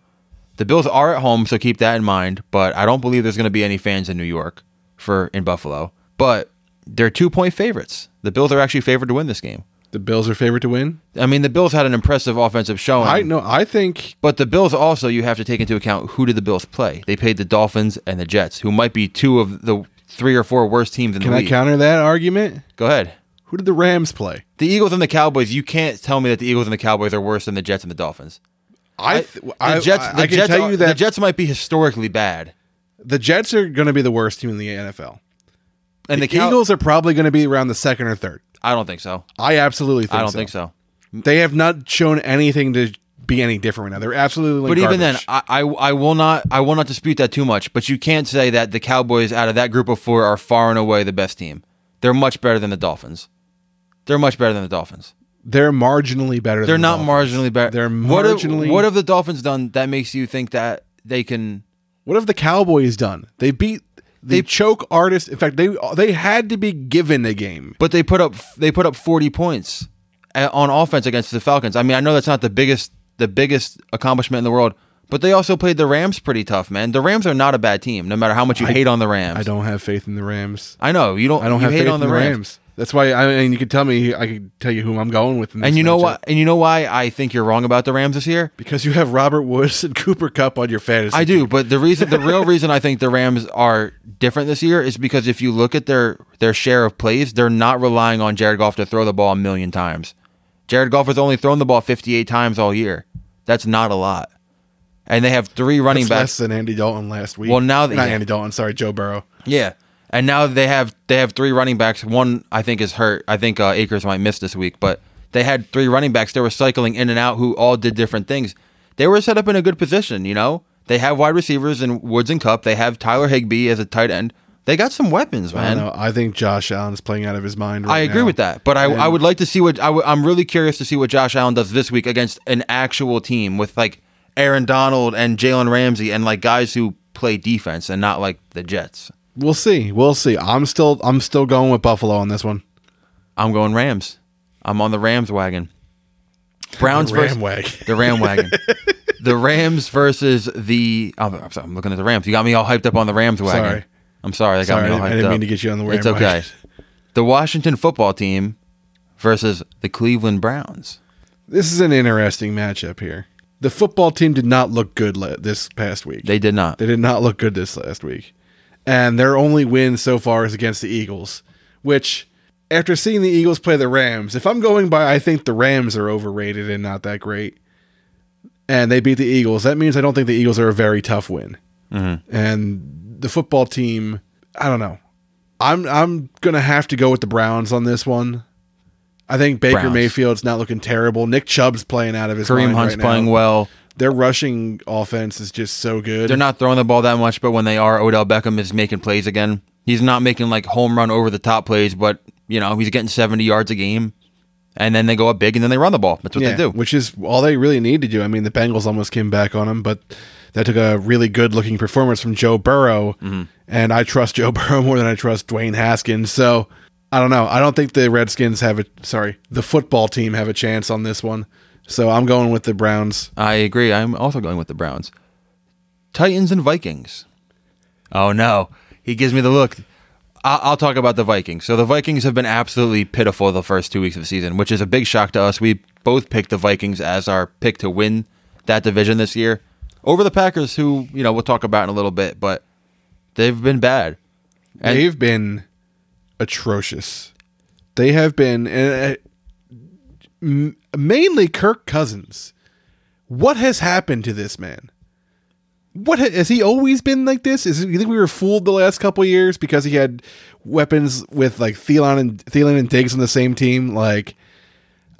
The Bills are at home, so keep that in mind. But I don't believe there's going to be any fans in New York for in Buffalo. But they're two point favorites. The Bills are actually favored to win this game.
The Bills are favored to win.
I mean, the Bills had an impressive offensive showing.
I no, I think
But the Bills also, you have to take into account who did the Bills play. They played the Dolphins and the Jets, who might be two of the three or four worst teams in
can
the
I
league.
counter that argument?
Go ahead.
Who did the Rams play?
The Eagles and the Cowboys, you can't tell me that the Eagles and the Cowboys are worse than the Jets and the Dolphins.
I th- I,
the Jets,
I,
the
I can
Jets
tell
are-
you
the
that
Jets might be historically bad.
the Jets are going to be the worst team in the NFL.
And the,
The
Cow-
Eagles are probably going to be around the second or third.
I don't think so.
I absolutely think
I don't
so.
think so.
They have not shown anything to be any different right now. They're absolutely.
But even then,
garbage.
I, I I will not I will not dispute that too much. But you can't say that the Cowboys out of that group of four are far and away the best team. They're much better than the Dolphins. They're much better than the Dolphins.
they're marginally better.
They're
than
not
the Dolphins.
marginally better.
They're
What have- What
marginally-
have, the Dolphins done that makes you think that they can?
What have the Cowboys done? They beat the
They-
choke artist. In fact, they they had to be given a game.
But they put up they put up forty points a- on offense against the Falcons. I mean, I know that's not the biggest the biggest accomplishment in the world, but they also played the Rams pretty tough, man. The Rams are not a bad team, no matter how much you hate on the Rams.
I don't have faith in the Rams.
I know you don't.
I don't
you
have
hate
faith
on the, Rams.
That's why. I mean, you could tell me. I could tell you who I'm going with. In this
And you know
matchup.
what? And you know why I think you're wrong about the Rams this year.
Because you have Robert Woods and <laughs> Cooper Cup on your fantasy.
I do, but the reason, the real reason I think the Rams are different this year is because if you look at their their share of plays, they're not relying on Jared Goff to throw the ball a million times. Jared Goff has only thrown the ball 58 times all year. That's not a lot, and they have three running
That's less
backs.
than Andy Dalton last week.
Well, now that-
not
yeah.
Andy Dalton. Sorry, Joe Burrow.
Yeah, and now they have they have three running backs. One I think is hurt. I think uh, Akers might miss this week, but they had three running backs. They were cycling in and out, who all did different things. They were set up in a good position. You know, they have wide receivers in Woods and Cup. They have Tyler Higbee as a tight end. They got some weapons,
I
man.
know. I think Josh Allen is playing out of his mind. Right
I agree
now.
with that, but I, I would like to see what I w- I'm really curious to see what Josh Allen does this week against an actual team with like Aaron Donald and Jalen Ramsey and like guys who play defense and not like the Jets.
We'll see. We'll see. I'm still I'm still going with Buffalo on this one.
I'm going Rams. I'm on the Rams wagon. Browns
The Ram
versus
wagon.
the Ram wagon. the Rams versus the. I'm, I'm sorry, I'm looking at the Rams. You got me all hyped up on the Rams wagon.
Sorry.
I'm sorry. That got
Sorry,
me all hyped
I didn't
up.
mean to get you on the Ram
It's okay.
wagon.
The Washington football team versus the Cleveland Browns.
This is an interesting matchup here. The football team did not look good le- this past week.
They did not.
They did not look good this last week. And their only win so far is against the Eagles, which after seeing the Eagles play the Rams, if I'm going by I think the Rams are overrated and not that great. And they beat the Eagles. That means I don't think the Eagles are a very tough win.
Mm-hmm.
And the football team, I don't know. I'm I'm gonna have to go with the Browns on this one. I think Baker
Browns.
Mayfield's not looking terrible. Nick Chubb's playing out of his
Kareem
mind
Hunt's
right now.
playing well.
Their rushing offense is just so good.
They're not throwing the ball that much, but when they are, Odell Beckham is making plays again. He's not making like home run over the top plays, but You know, he's getting 70 yards a game, and then they go up big and then they run the ball. That's what
yeah,
they do.
which is all they really need to do. I mean, the Bengals almost came back on him, but that took a really good looking performance from Joe Burrow,
Mm-hmm.
and I trust Joe <laughs> Burrow more than I trust Dwayne Haskins. So I don't know. I don't think the Redskins have a sorry, the football team have a chance on this one. So I'm going with the Browns.
I agree. I'm also going with the Browns. Titans and Vikings. Oh no, he gives me the look. I- I'll talk about the Vikings. So the Vikings have been absolutely pitiful the first two weeks of the season, which is a big shock to us. We both picked the Vikings as our pick to win that division this year over the Packers, who you know we'll talk about in a little bit, but they've been bad. And-
They've been atrocious. They have been uh, m- mainly Kirk Cousins. What has happened to this man? What ha- has he always been like this? Is you think we were fooled the last couple of years because he had weapons with like Thielen and Thielen and Diggs on the same team? Like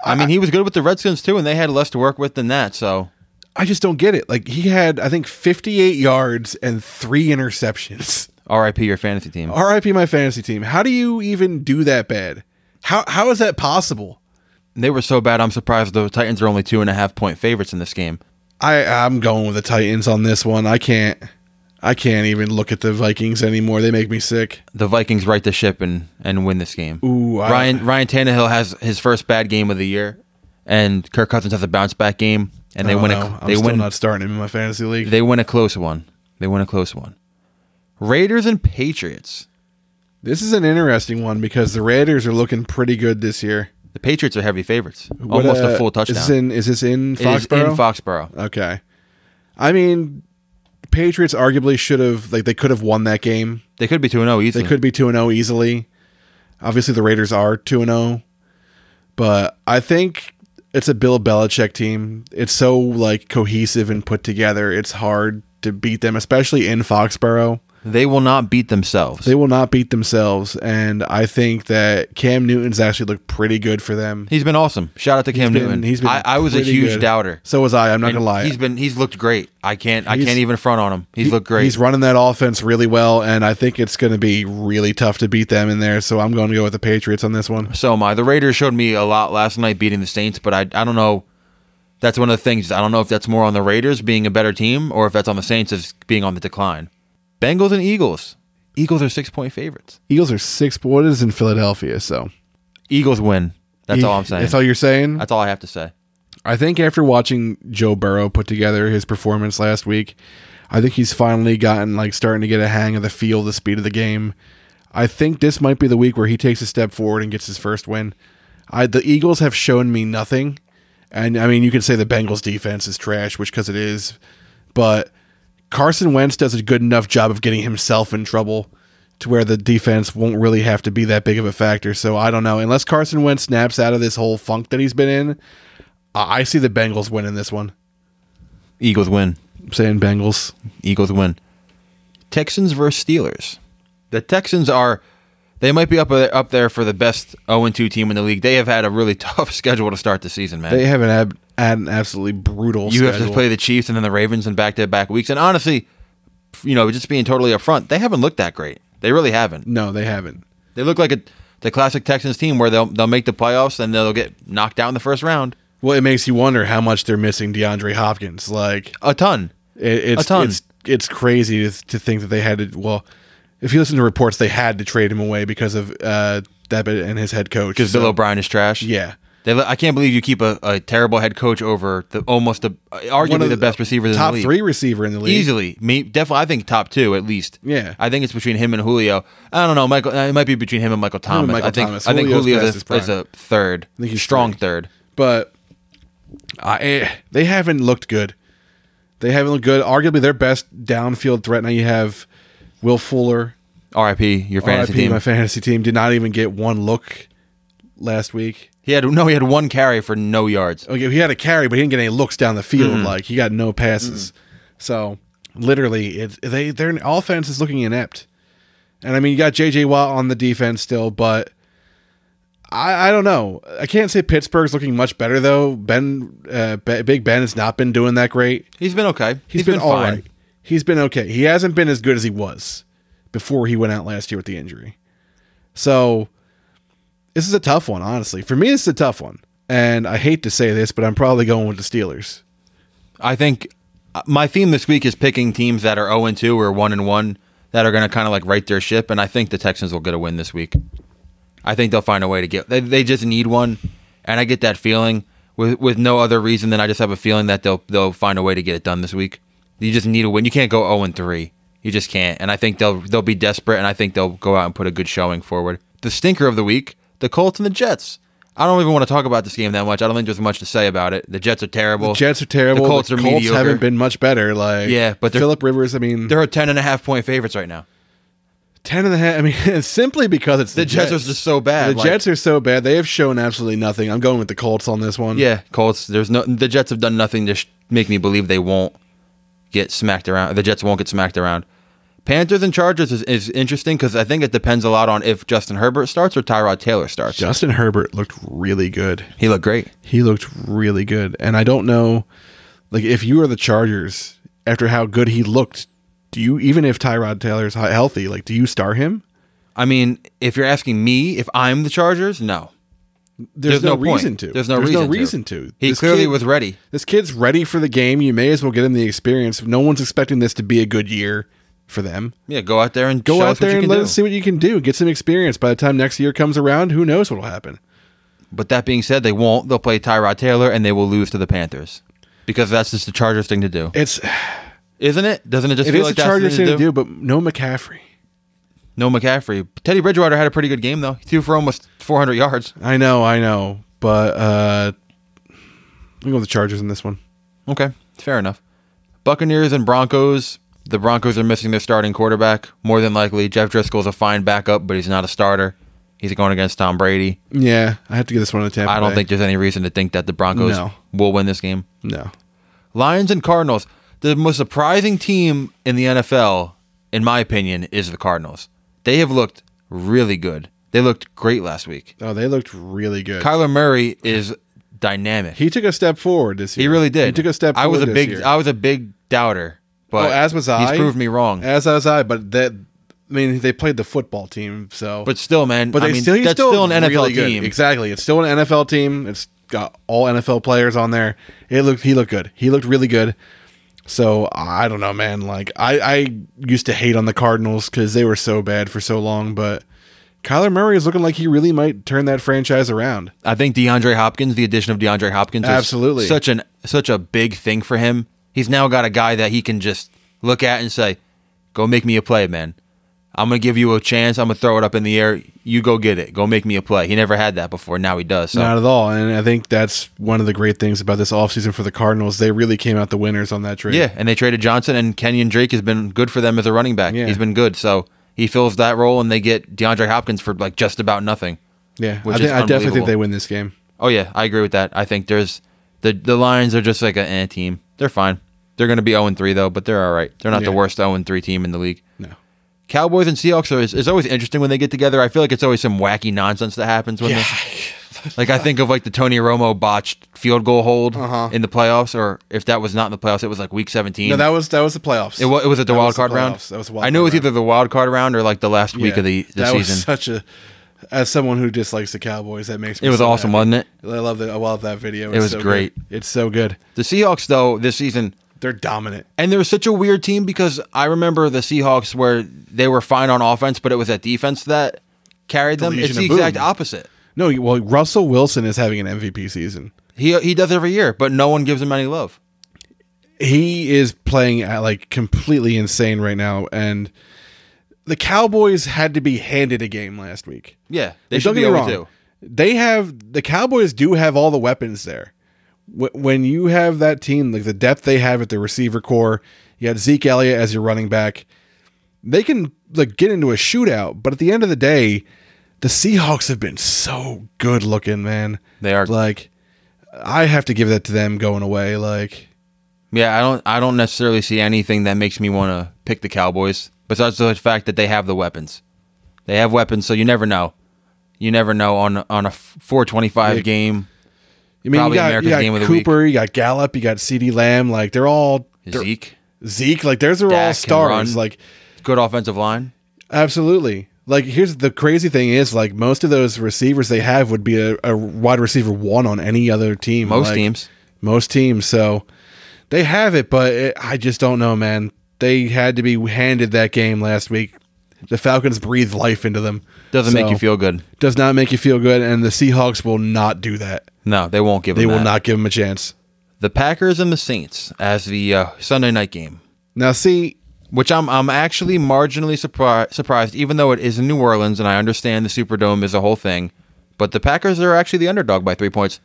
I mean, he was good with the Redskins too, and they had less to work with than that. So
I just don't get it. Like he had I think 58 yards and 3 interceptions. <laughs>
R.I.P. your fantasy team.
RIP my fantasy team. How do you even do that bad? How how is that possible?
They were so bad. I'm surprised the Titans are only two and a half point favorites in this game.
I I'm going with the Titans on this one. I can't I can't even look at the Vikings anymore. They make me sick.
the Vikings right the ship and and win this game.
Ooh, I-
Ryan Ryan Tannehill has his first bad game of the year, and Kirk Cousins has a bounce back game, and they
I don't
win.
know.
A,
Oh, I'm
they
still
win.
not starting him in my fantasy league.
They win a close one. They win a close one. Raiders and Patriots.
this is an interesting one because the Raiders are looking pretty good this year.
The Patriots are heavy favorites.
What,
Almost
uh,
a full touchdown.
Is this in is this in
It is
Foxborough?
in Foxborough.
okay. I mean Patriots arguably should have like they could have won that game.
They could be two and zero
They
easily.
could be 2 0 easily. Obviously, the Raiders are 2 0. But I think it's a Bill Belichick team. It's so like cohesive and put together. It's hard to beat them, especially in Foxborough.
They will not beat themselves.
They will not beat themselves. And I think that Cam Newton's actually looked pretty good for them.
he's been awesome. Shout out to Cam
He's been-
Newton.
he's been
I, I was a
pretty
huge
good.
doubter.
So was I. I'm not
And
going to lie.
He's been he's looked great. I can't I
He's-
can't even front on him. He's looked great.
He's running that offense really well. And I think it's going to be really tough to beat them in there. So I'm going to go with the Patriots on this one.
So am I. The Raiders showed me a lot last night beating the Saints, but I I don't know. That's one of the things. I don't know if that's more on the Raiders being a better team or if that's on the Saints as being on the decline. Bengals and Eagles. Eagles are six point favorites.
Eagles are six. What is in Philadelphia? So
Eagles win.
E-
That's all I'm saying.
That's all you're saying.
That's all I have to say.
I think after watching Joe Burrow put together his performance last week, I think he's finally gotten like starting to get a hang of the feel, the speed of the game. I think this might be the week where he takes a step forward and gets his first win. I the Eagles have shown me nothing, and I mean you could say the Bengals defense is trash, which because it is, but Carson Wentz does a good enough job of getting himself in trouble to where the defense won't really have to be that big of a factor. So I don't know. Unless Carson Wentz snaps out of this whole funk that he's been in, I I see the Bengals winning this one.
Eagles win.
I'm saying Bengals.
Eagles win. Texans versus Steelers. The Texans are they might be up uh, up there for the best 0 2 team in the league. They have had a really <laughs> tough schedule to start the season, man.
They have an, ab- an absolutely brutal
you have
schedule.
to play the Chiefs and then the Ravens in back to back weeks. And honestly, you know, just being totally upfront, they haven't looked that great. They really haven't.
No, they haven't.
They look like a, the classic Texans team where they'll they'll make the playoffs and they'll get knocked out in the first round
Well, it makes you wonder how much they're missing DeAndre Hopkins. Like
a ton.
it, it's
A ton.
it's it's crazy to, to think that they had to. Well, if you listen to reports, they had to trade him away because of uh, Debbitt and his head coach.
Because Bill O'Brien is trash.
yeah,
They, let- I can't believe you keep a, a terrible head coach over the almost the uh, arguably the, best receivers in
top
the league.
three receiver in the league.
Easily, me definitely. I think top two at least.
Yeah.
I think it's between him and Julio. I don't know, Michael. uh, It might be between him and Michael Thomas.
and Michael
I think.
Thomas.
I think
Julio's
Julio
past
is,
his prime.
is a third,
think he's
strong
third.
third.
but I, eh, they haven't looked good. They haven't looked good. Arguably their best downfield threat now. You have Will Fuller,
RIP, your fantasy
RIP,
team.
my fantasy team did not even get one look last week.
he had no, he had one carry for no yards.
Okay, he had a carry, but he didn't get any looks down the field.
Mm-hmm.
Like he got no passes. So literally, it they their offense is looking inept. And I mean, you got JJ Watt on the defense still, but I I don't know. I can't say Pittsburgh's looking much better though. Ben, uh, Be- Big Ben has not been doing that great.
He's been okay.
he's been, all
fine.
right. He's been okay. He hasn't been as good as he was before he went out last year with the injury. So This is a tough one, honestly. For me, this is a tough one. And I hate to say this, but I'm probably going with the Steelers.
I think uh, my theme this week is picking teams that are 0 2 or 1 1 that are going to kind of like right their ship. And I think the Texans will get a win this week. I think they'll find a way to get. They, they just need one, and I get that feeling with with no other reason than I just have a feeling that they'll they'll find a way to get it done this week. You just need a win. You can't go zero and three. You just can't. And I think they'll they'll be desperate, and I think they'll go out and put a good showing forward. The stinker of the week: the Colts and the Jets. I don't even want to talk about this game that much. I don't think there's much to say about it. The Jets are terrible.
Jets are terrible.
The Colts are mediocre.
haven't been much better. Like
Yeah, but they're-
Philip Rivers. I mean,
They're a ten and a half point favorites right now.
ten and a half. I mean, <laughs> simply because it's the,
The Jets, are just so bad.
The
like-
Jets are so bad. They have shown absolutely nothing. I'm going with the Colts on this one.
Yeah, Colts. There's no. The Jets have done nothing to sh- make me believe they won't get smacked around. The Jets won't get smacked around. Panthers and Chargers is, is interesting because I think it depends a lot on if Justin Herbert starts or Tyrod Taylor starts.
Justin Herbert looked really good.
He looked great.
He looked really good. And I don't know, like, if you are the Chargers, after how good he looked, do you, even if Tyrod Taylor's he- healthy, like, do you star him?
I mean, if you're asking me if I'm the Chargers, no.
There's, no,
point.
reason to.
There's no reason. to.
to.
He
This
clearly
kid-
was ready.
This kid's ready for the game. You may as well get him the experience. No one's expecting this to be a good year for them.
Yeah, go out there and
Go
show
out
us what you
there and
can
let
do.
us see what you can do. Get some experience. By the time next year comes around, who knows what will happen?
But that being said, they won't. They'll play Tyrod Taylor and they will lose to the Panthers because that's just the Chargers thing to do,
It's
isn't it? Doesn't it just
it
feel
is
like
the
that's
Chargers
the
thing to do, but no McCaffrey.
No McCaffrey. Teddy Bridgewater had a pretty good game though. He threw for almost 400 yards.
I know, I know, but uh, I'm going with the Chargers in this one.
Okay, fair enough. Buccaneers and Broncos. The Broncos are missing their starting quarterback more than likely. Jeff Driscoll's a fine backup, but he's not a starter. He's going against Tom Brady.
Yeah, I have to give this one to Tampa.
I don't
Bay.
think there's any reason to think that the Broncos
No.
will win this game.
no.
Lions and Cardinals. The most surprising team in the NFL, in my opinion, is the Cardinals. They have looked really good. They looked great last week.
Oh, they looked really good.
Kyler Murray is dynamic.
he took a step forward this year.
He really did.
He took a step.
I was a
forward
big.
This year.
I was a big doubter. But
oh, as was I.
He's proved me wrong.
As was I. But that. I mean, they played the football team, so.
but still, man.
but they
I mean,
still. He's
that's
still,
still, an NFL
really good.
team.
Exactly. It's still an NFL team. It's got all NFL players on there. It looked. He looked good. He looked really good. So I don't know, man. Like I, I used to hate on the Cardinals because they were so bad for so long, but Kyler Murray is looking like he really might turn that franchise around.
I think DeAndre Hopkins, the addition of DeAndre Hopkins, is
Absolutely.
such an such a big thing for him. He's now got a guy that he can just look at and say, "Go make me a play, man. I'm gonna give you a chance. I'm gonna throw it up in the air. You go get it. Go make me a play." He never had that before. Now he does. So
Not at all. And I think that's one of the great things about this offseason for the Cardinals. They really came out the winners on that trade.
Yeah, and they traded Johnson and Kenyon Drake has been good for them as a running back.
Yeah.
He's been good, so he fills that role, and they get DeAndre Hopkins for like just about nothing.
Yeah.
Which
I, thi-
is
I definitely think
unbelievable.
they win this game.
Oh yeah, I agree with that. I think there's the the Lions are just like an eh team. They're fine. They're going to be zero three though, but they're all right. They're not the
Yeah.
worst zero three team in the league.
No.
Cowboys and Seahawks are is, is always interesting when they get together. I feel like it's always some wacky nonsense that happens when they- like I think of like the Tony Romo botched field goal hold
Uh-huh.
in the playoffs, or if that was not in the playoffs, it was like week seventeen.
No, that was that was the playoffs.
It was, it was at the
That
wild
was the
card round.
playoffs. That was the wild
I knew it
card
was
round.
either the wild card round or like the last week
Yeah.
of the, the
that
season.
was such a as someone who dislikes the Cowboys, that makes me
it was
so
awesome,
happy.
wasn't it?
I love that I love that video. It's
was
so
great.
good. It's so good.
The Seahawks though this season,
They're dominant.
and they were such a weird team because I remember the Seahawks where they were fine on offense, but it was that defense that carried them.
Legion
It's the
of Boom.
exact opposite.
No, you- well, Russell Wilson is having an MVP season.
He he does every year, but no one gives him any love.
he is playing at like completely insane right now and the cowboys had to be handed a game last week
Yeah, they
Like,
should
don't
be
get me
over
wrong
two.
they have the cowboys do have all the weapons there Wh- when you have that team like the depth they have at the receiver core you had zeke elliott as your running back they can like get into a shootout but at the end of the day the seahawks have been so good looking man
They are.
like i have to give that to them going away like
Yeah, I don't I don't necessarily see anything that makes me want to pick the Cowboys besides the fact that they have the weapons. They have weapons, so you never know. You never know on on a f- 425
Yeah.
game.
I mean,
Probably
you got,
America's
you got
game of the week.
Cooper, you got Gallup, you got C.D. Lamb. Like they're all they're-
Zeke,
Zeke. Like theirs are
Dak
all
can
stars.
run.
Like
good offensive line.
absolutely. Like here's the crazy thing is like most of those receivers they have would be a, a wide receiver one on any other team.
Most
Like,
teams.
most teams. So they have it, but it, I just don't know, man. They had to be handed that game last week. The Falcons breathed life into them.
Doesn't make
So,
you feel good.
Does not make you feel good, and the Seahawks will not do that.
No, they won't give.
They
them
will
that.
not give them a chance.
The Packers and the Saints as the uh, Sunday night game,
Now, see,
which I'm I'm actually marginally surpri- surprised, even though it is in New Orleans, and I understand the Superdome is a whole thing, but the Packers are actually the underdog by three points.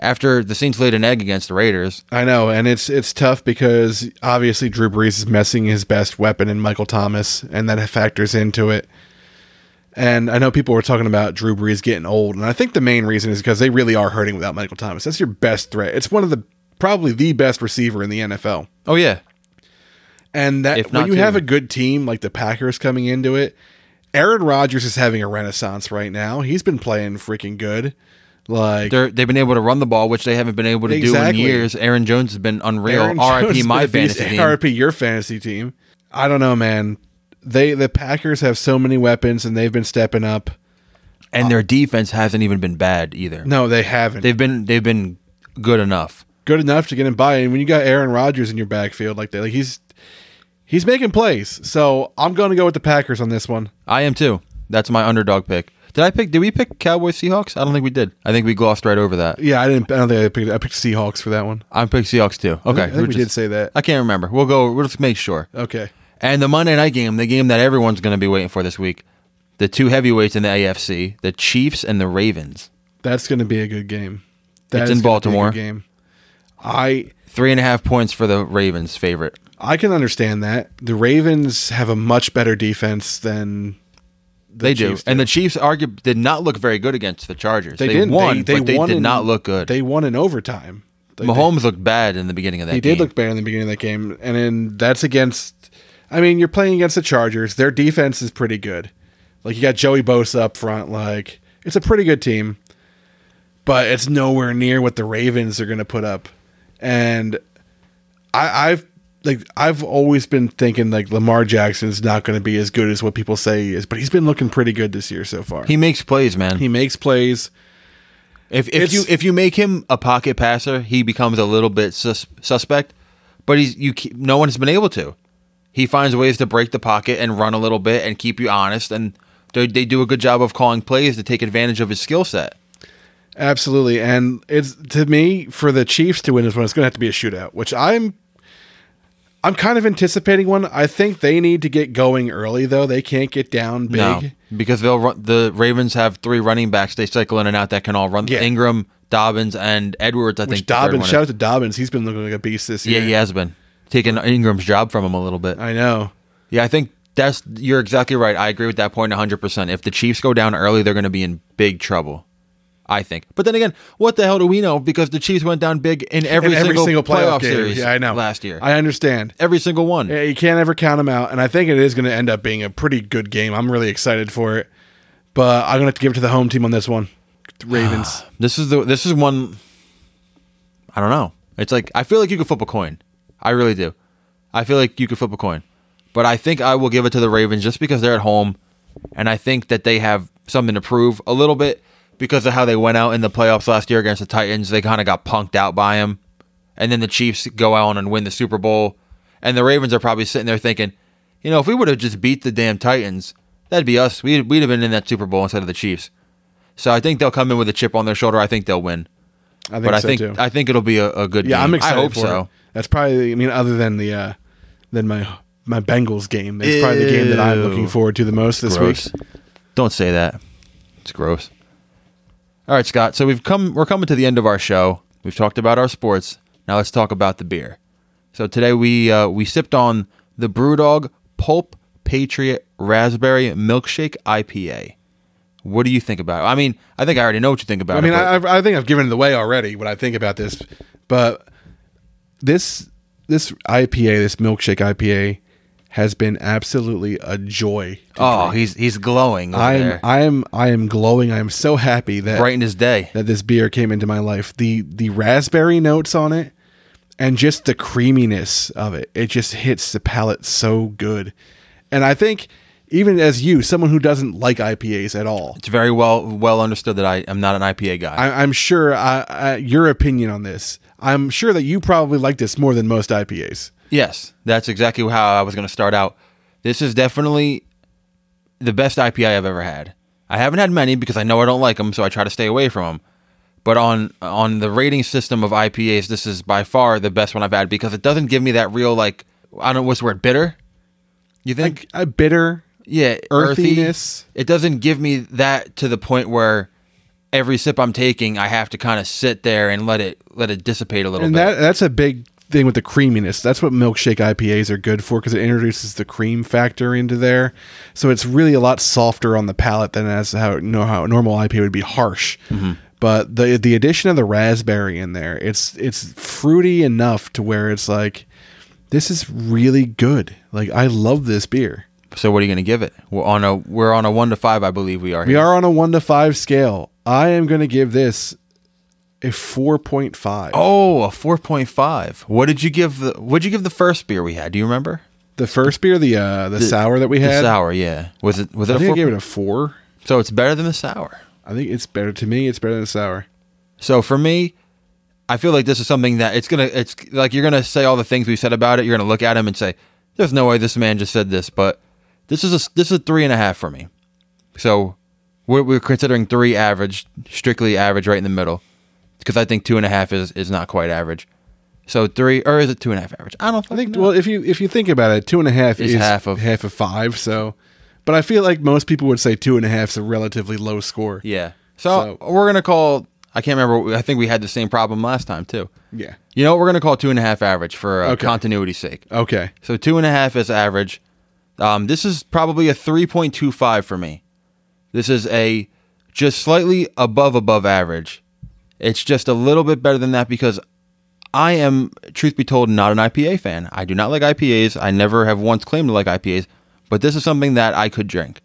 After the Saints laid an egg against the Raiders,
I know, and it's it's tough because obviously Drew Brees is missing his best weapon in Michael Thomas, and that factors into it. And I know people were talking about Drew Brees getting old, and I think the main reason is because they really are hurting without Michael Thomas. That's your best threat. It's one of the probably the best receiver in the NFL.
oh yeah,
And that
If
when
not
you
two.
have a good team like the Packers coming into it, Aaron Rodgers is having a renaissance right now. He's been playing freaking good. Like
they're they've been able to run the ball, which they haven't been able to
Exactly.
do in years. Aaron Jones has been unreal.
Aaron
R.I.P.
Jones
My
with these-
fantasy team.
RIP your fantasy team. I don't know, man. They the Packers have so many weapons and they've been stepping up.
and their defense hasn't even been bad either.
No, they haven't.
They've been they've been good enough.
Good enough to get him by. And when you got Aaron Rodgers in your backfield like that, like he's he's making plays. So I'm going to go with the Packers on this one.
I am too. That's my underdog pick. Did I pick? Did we pick Cowboys Seahawks? I don't think we did. I think we glossed right over that.
Yeah, I didn't. I don't think I picked. I picked Seahawks for that one.
I picked Seahawks too. Okay,
I think we did say that.
I can't remember. We'll go. We'll just make sure.
Okay.
And the Monday night game, the game that everyone's going to be waiting for this week, the two heavyweights in the AFC, the Chiefs and the Ravens,
That's going to be a good game.
It's
That's
in Baltimore.
game. I
three and a half points for the Ravens' favorite.
I can understand that. The Ravens have a much better defense than the
they
Chiefs
do, and the Chiefs argu- did not look very good against the Chargers. They,
didn't.
won, but they did
in-
not look good.
They won in overtime. Like,
Mahomes looked bad in the beginning of that
They, he
game.
did look bad in the beginning of that game, and then that's against. I mean, you're playing against the Chargers. Their defense is pretty good. Like you got Joey Bosa up front. Like it's a pretty good team, but it's nowhere near what the Ravens are going to put up. And I, I've like I've always been thinking like Lamar Jackson's not going to be as good as what people say he is, but he's been looking pretty good this year so far.
he makes plays, man.
he makes plays.
If if
It's-
you if you make him a pocket passer, he becomes a little bit sus- suspect. But he's you keep, no one has been able to. He finds ways to break the pocket and run a little bit and keep you honest. And they, they do a good job of calling plays to take advantage of his skill set.
Absolutely, and it's to me for the Chiefs to win this one. It's going to have to be a shootout, which I'm, I'm kind of anticipating one. I think they need to get going early though. They can't get down big.
No, because they'll run, the Ravens have three running backs. They cycle in and out that can all run.
Yeah.
Ingram, Dobbins, and Edwards. I
Which
think the third
Dobbins,
one
shout
is-
out to Dobbins. He's been looking like a beast this
Yeah,
year.
he has been taking Ingram's job from him a little bit.
I know.
Yeah, I think that's you're exactly right. I agree with that point 100%. If the Chiefs go down early, they're going to be in big trouble. I think. But then again, what the hell do we know because the Chiefs went down big in every,
In every
single,
single
playoff,
playoff, game.
series
yeah, I know.
last year.
I understand.
every single one.
Yeah, you can't ever count them out, and I think it is going to end up being a pretty good game. I'm really excited for it, but I'm going to have to give it to the home team on this one,
<sighs>
The Ravens.
This is the this is one I don't know. It's like I feel like you could flip a coin. I really do. I feel like you could flip a coin. But I think I will give it to the Ravens just because they're at home and I think that they have something to prove a little bit because of how they went out in the playoffs last year against the Titans. They kind of got punked out by them. And then the Chiefs go out and win the Super Bowl and the Ravens are probably sitting there thinking, you know, if we would have just beat the damn Titans, that'd be us. We'd, we'd have been in that Super Bowl instead of the Chiefs. So I think they'll come in with a chip on their shoulder. I think they'll win.
I think
But I
so,
think
too.
I think it'll be a, a good
Yeah,
game.
I'm excited.
I hope
for
so.
It. That's probably. I mean, other than the uh, than my my Bengals game, it's probably the game that I'm
Ew.
looking forward to the most this
Gross.
week.
Don't say that. It's gross. All right, Scott. So we've come we're coming to the end of our show. We've talked about our sports. Now let's talk about the beer. So today we uh, we sipped on the BrewDog Pulp Patriot Raspberry Milkshake IPA. What do you think about it? I mean, I think I already know what you think about
I
it.
mean,
but-
I, I've- I think I've given it away already when I think about this, but this this IPA, this milkshake IPA, has been absolutely a joy.
oh, he's he's glowing over
I am
there.
I am I am glowing. I am so happy that
Brighten his day.
that this beer came into my life. The the raspberry notes on it and just the creaminess of it. It just hits the palate so good. And I think even as you, someone who doesn't like IPAs at all.
It's very well well understood that I am not an IPA guy.
I, I'm sure I, I, your opinion on this. I'm sure that you probably like this more than most IPAs.
yes, that's exactly how I was going to start out. This is definitely the best IPA I've ever had. I haven't had many because I know I don't like them, so I try to stay away from them. But on on the rating system of IPAs, this is by far the best one I've had because it doesn't give me that real like I don't know what's the word bitter. You think?
Like a bitter,
yeah, earthy.
earthiness.
It doesn't give me that to the point where every sip I'm taking, I have to kind of sit there and let it let it dissipate a little
and
bit.
that that's a big thing with the creaminess. That's what milkshake IPAs are good for because it introduces the cream factor into there. So it's really a lot softer on the palate than as how you know how a normal IPA would be harsh.
Mm-hmm.
But the the addition of the raspberry in there, it's it's fruity enough to where it's like this is really good. Like I love this beer.
so what are you going to give it? We're on a we're on a one to five, I believe we are.
We
here.
are on a 1 to 5 scale. I am going to give this a 4.5.
Oh, a four point five. What did you give the What did you give the first beer we had? Do you remember?
The first beer, the uh, the, sour that we
The
had,
sour, yeah. Was it was it
I
a
think
four?
I gave it a 4.
so it's better than the sour.
I think it's better to me. It's better than sour.
So for me, I feel like this is something that it's gonna it's like you're gonna say all the things we said about it. You're gonna look at him and say, "There's no way this man just said this," but this is a this is a three and a half for me. So we're, we're considering three average, strictly average, right in the middle, because I think two and a half is is not quite average. So three or is it two and a half average? I don't
I
fucking
think.
know.
Well, if you if you think about it, two and a half
Is
is
half of-
half of five. So, but I feel like most people would say two and a half is a relatively low score.
yeah. So, we're gonna call. I can't remember. I think we had the same problem last time too.
Yeah.
You know what? We're gonna call two and a half average for uh,
Okay.
continuity's sake.
Okay.
So two and a half is average. Um, this is probably a three point two five for me. This is a just slightly above above average. It's just a little bit better than that because I am, truth be told, not an IPA fan. I do not like IPAs. I never have once claimed to like IPAs, but this is something that I could drink.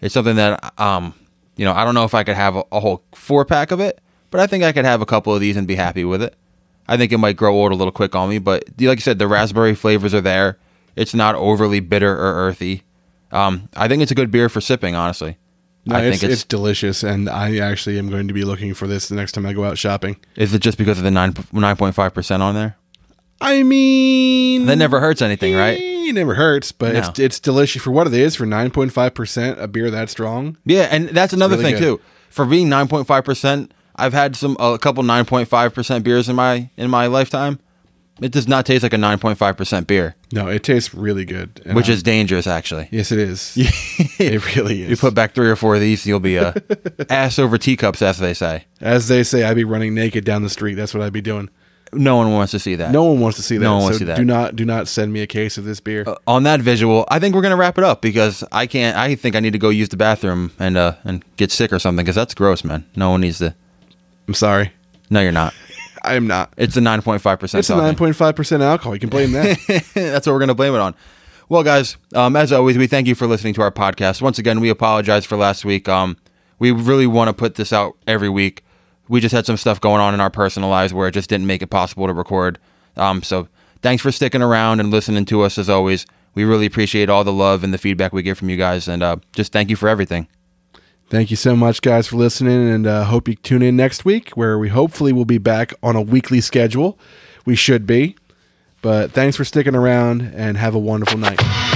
It's something that um, you know, I don't know if I could have a, a whole four pack of it, but I think I could have a couple of these and be happy with it. I think it might grow old a little quick on me, but the- like you said, the raspberry flavors are there. It's not overly bitter or earthy. Um, I think it's a good beer for sipping, honestly.
No,
I
it's,
think
it's,
it's,
delicious, and I actually am going to be looking for this the next time I go out shopping.
is it just because of the nine nine point five percent on there?
I mean,
That never hurts anything, right?
It never hurts, but it's
No.
it's delicious for what it is for nine point five percent a beer that strong.
Yeah, and that's another
really
thing
good.
too. For being 9.5%, I've had some uh, a couple 9.5% beers in my in my lifetime. It does not taste like a 9.5% beer,
No, it tastes really good. and
which
I-
is dangerous actually.
yes,
<laughs>
it is. it really is.
You put back 3 or 4 of these, you'll
<laughs>
be a ass over teacups as they say.
As they say, I'd be running naked down the street. That's what I'd be doing.
No one wants to see that.
No one wants to see that.
No one wants
so
to see that. Uh,
Do not do not send me a case of this beer.
On that visual, I think we're going to wrap it up because I can't I think I need to go use the bathroom and uh and get sick or something cuz that's gross, man. No one needs to
I'm sorry.
No, you're not.
I am not.
It's a 9.5%
It's a
talking.
9.5% alcohol. You can blame
<laughs>
that.
That's what we're going to blame it on. Well, guys, um, as always, we thank you for listening to our podcast. Once again, we apologize for last week. Um, we really want to put this out every week. We just had some stuff going on in our personal lives where it just didn't make it possible to record. Um, so thanks for sticking around and listening to us as always. We really appreciate all the love and the feedback we get from you guys, and uh, just thank you for everything.
Thank you so much, guys, for listening, and uh, hope you tune in next week, where we hopefully will be back on a weekly schedule. We should be. But thanks for sticking around, and have a wonderful night.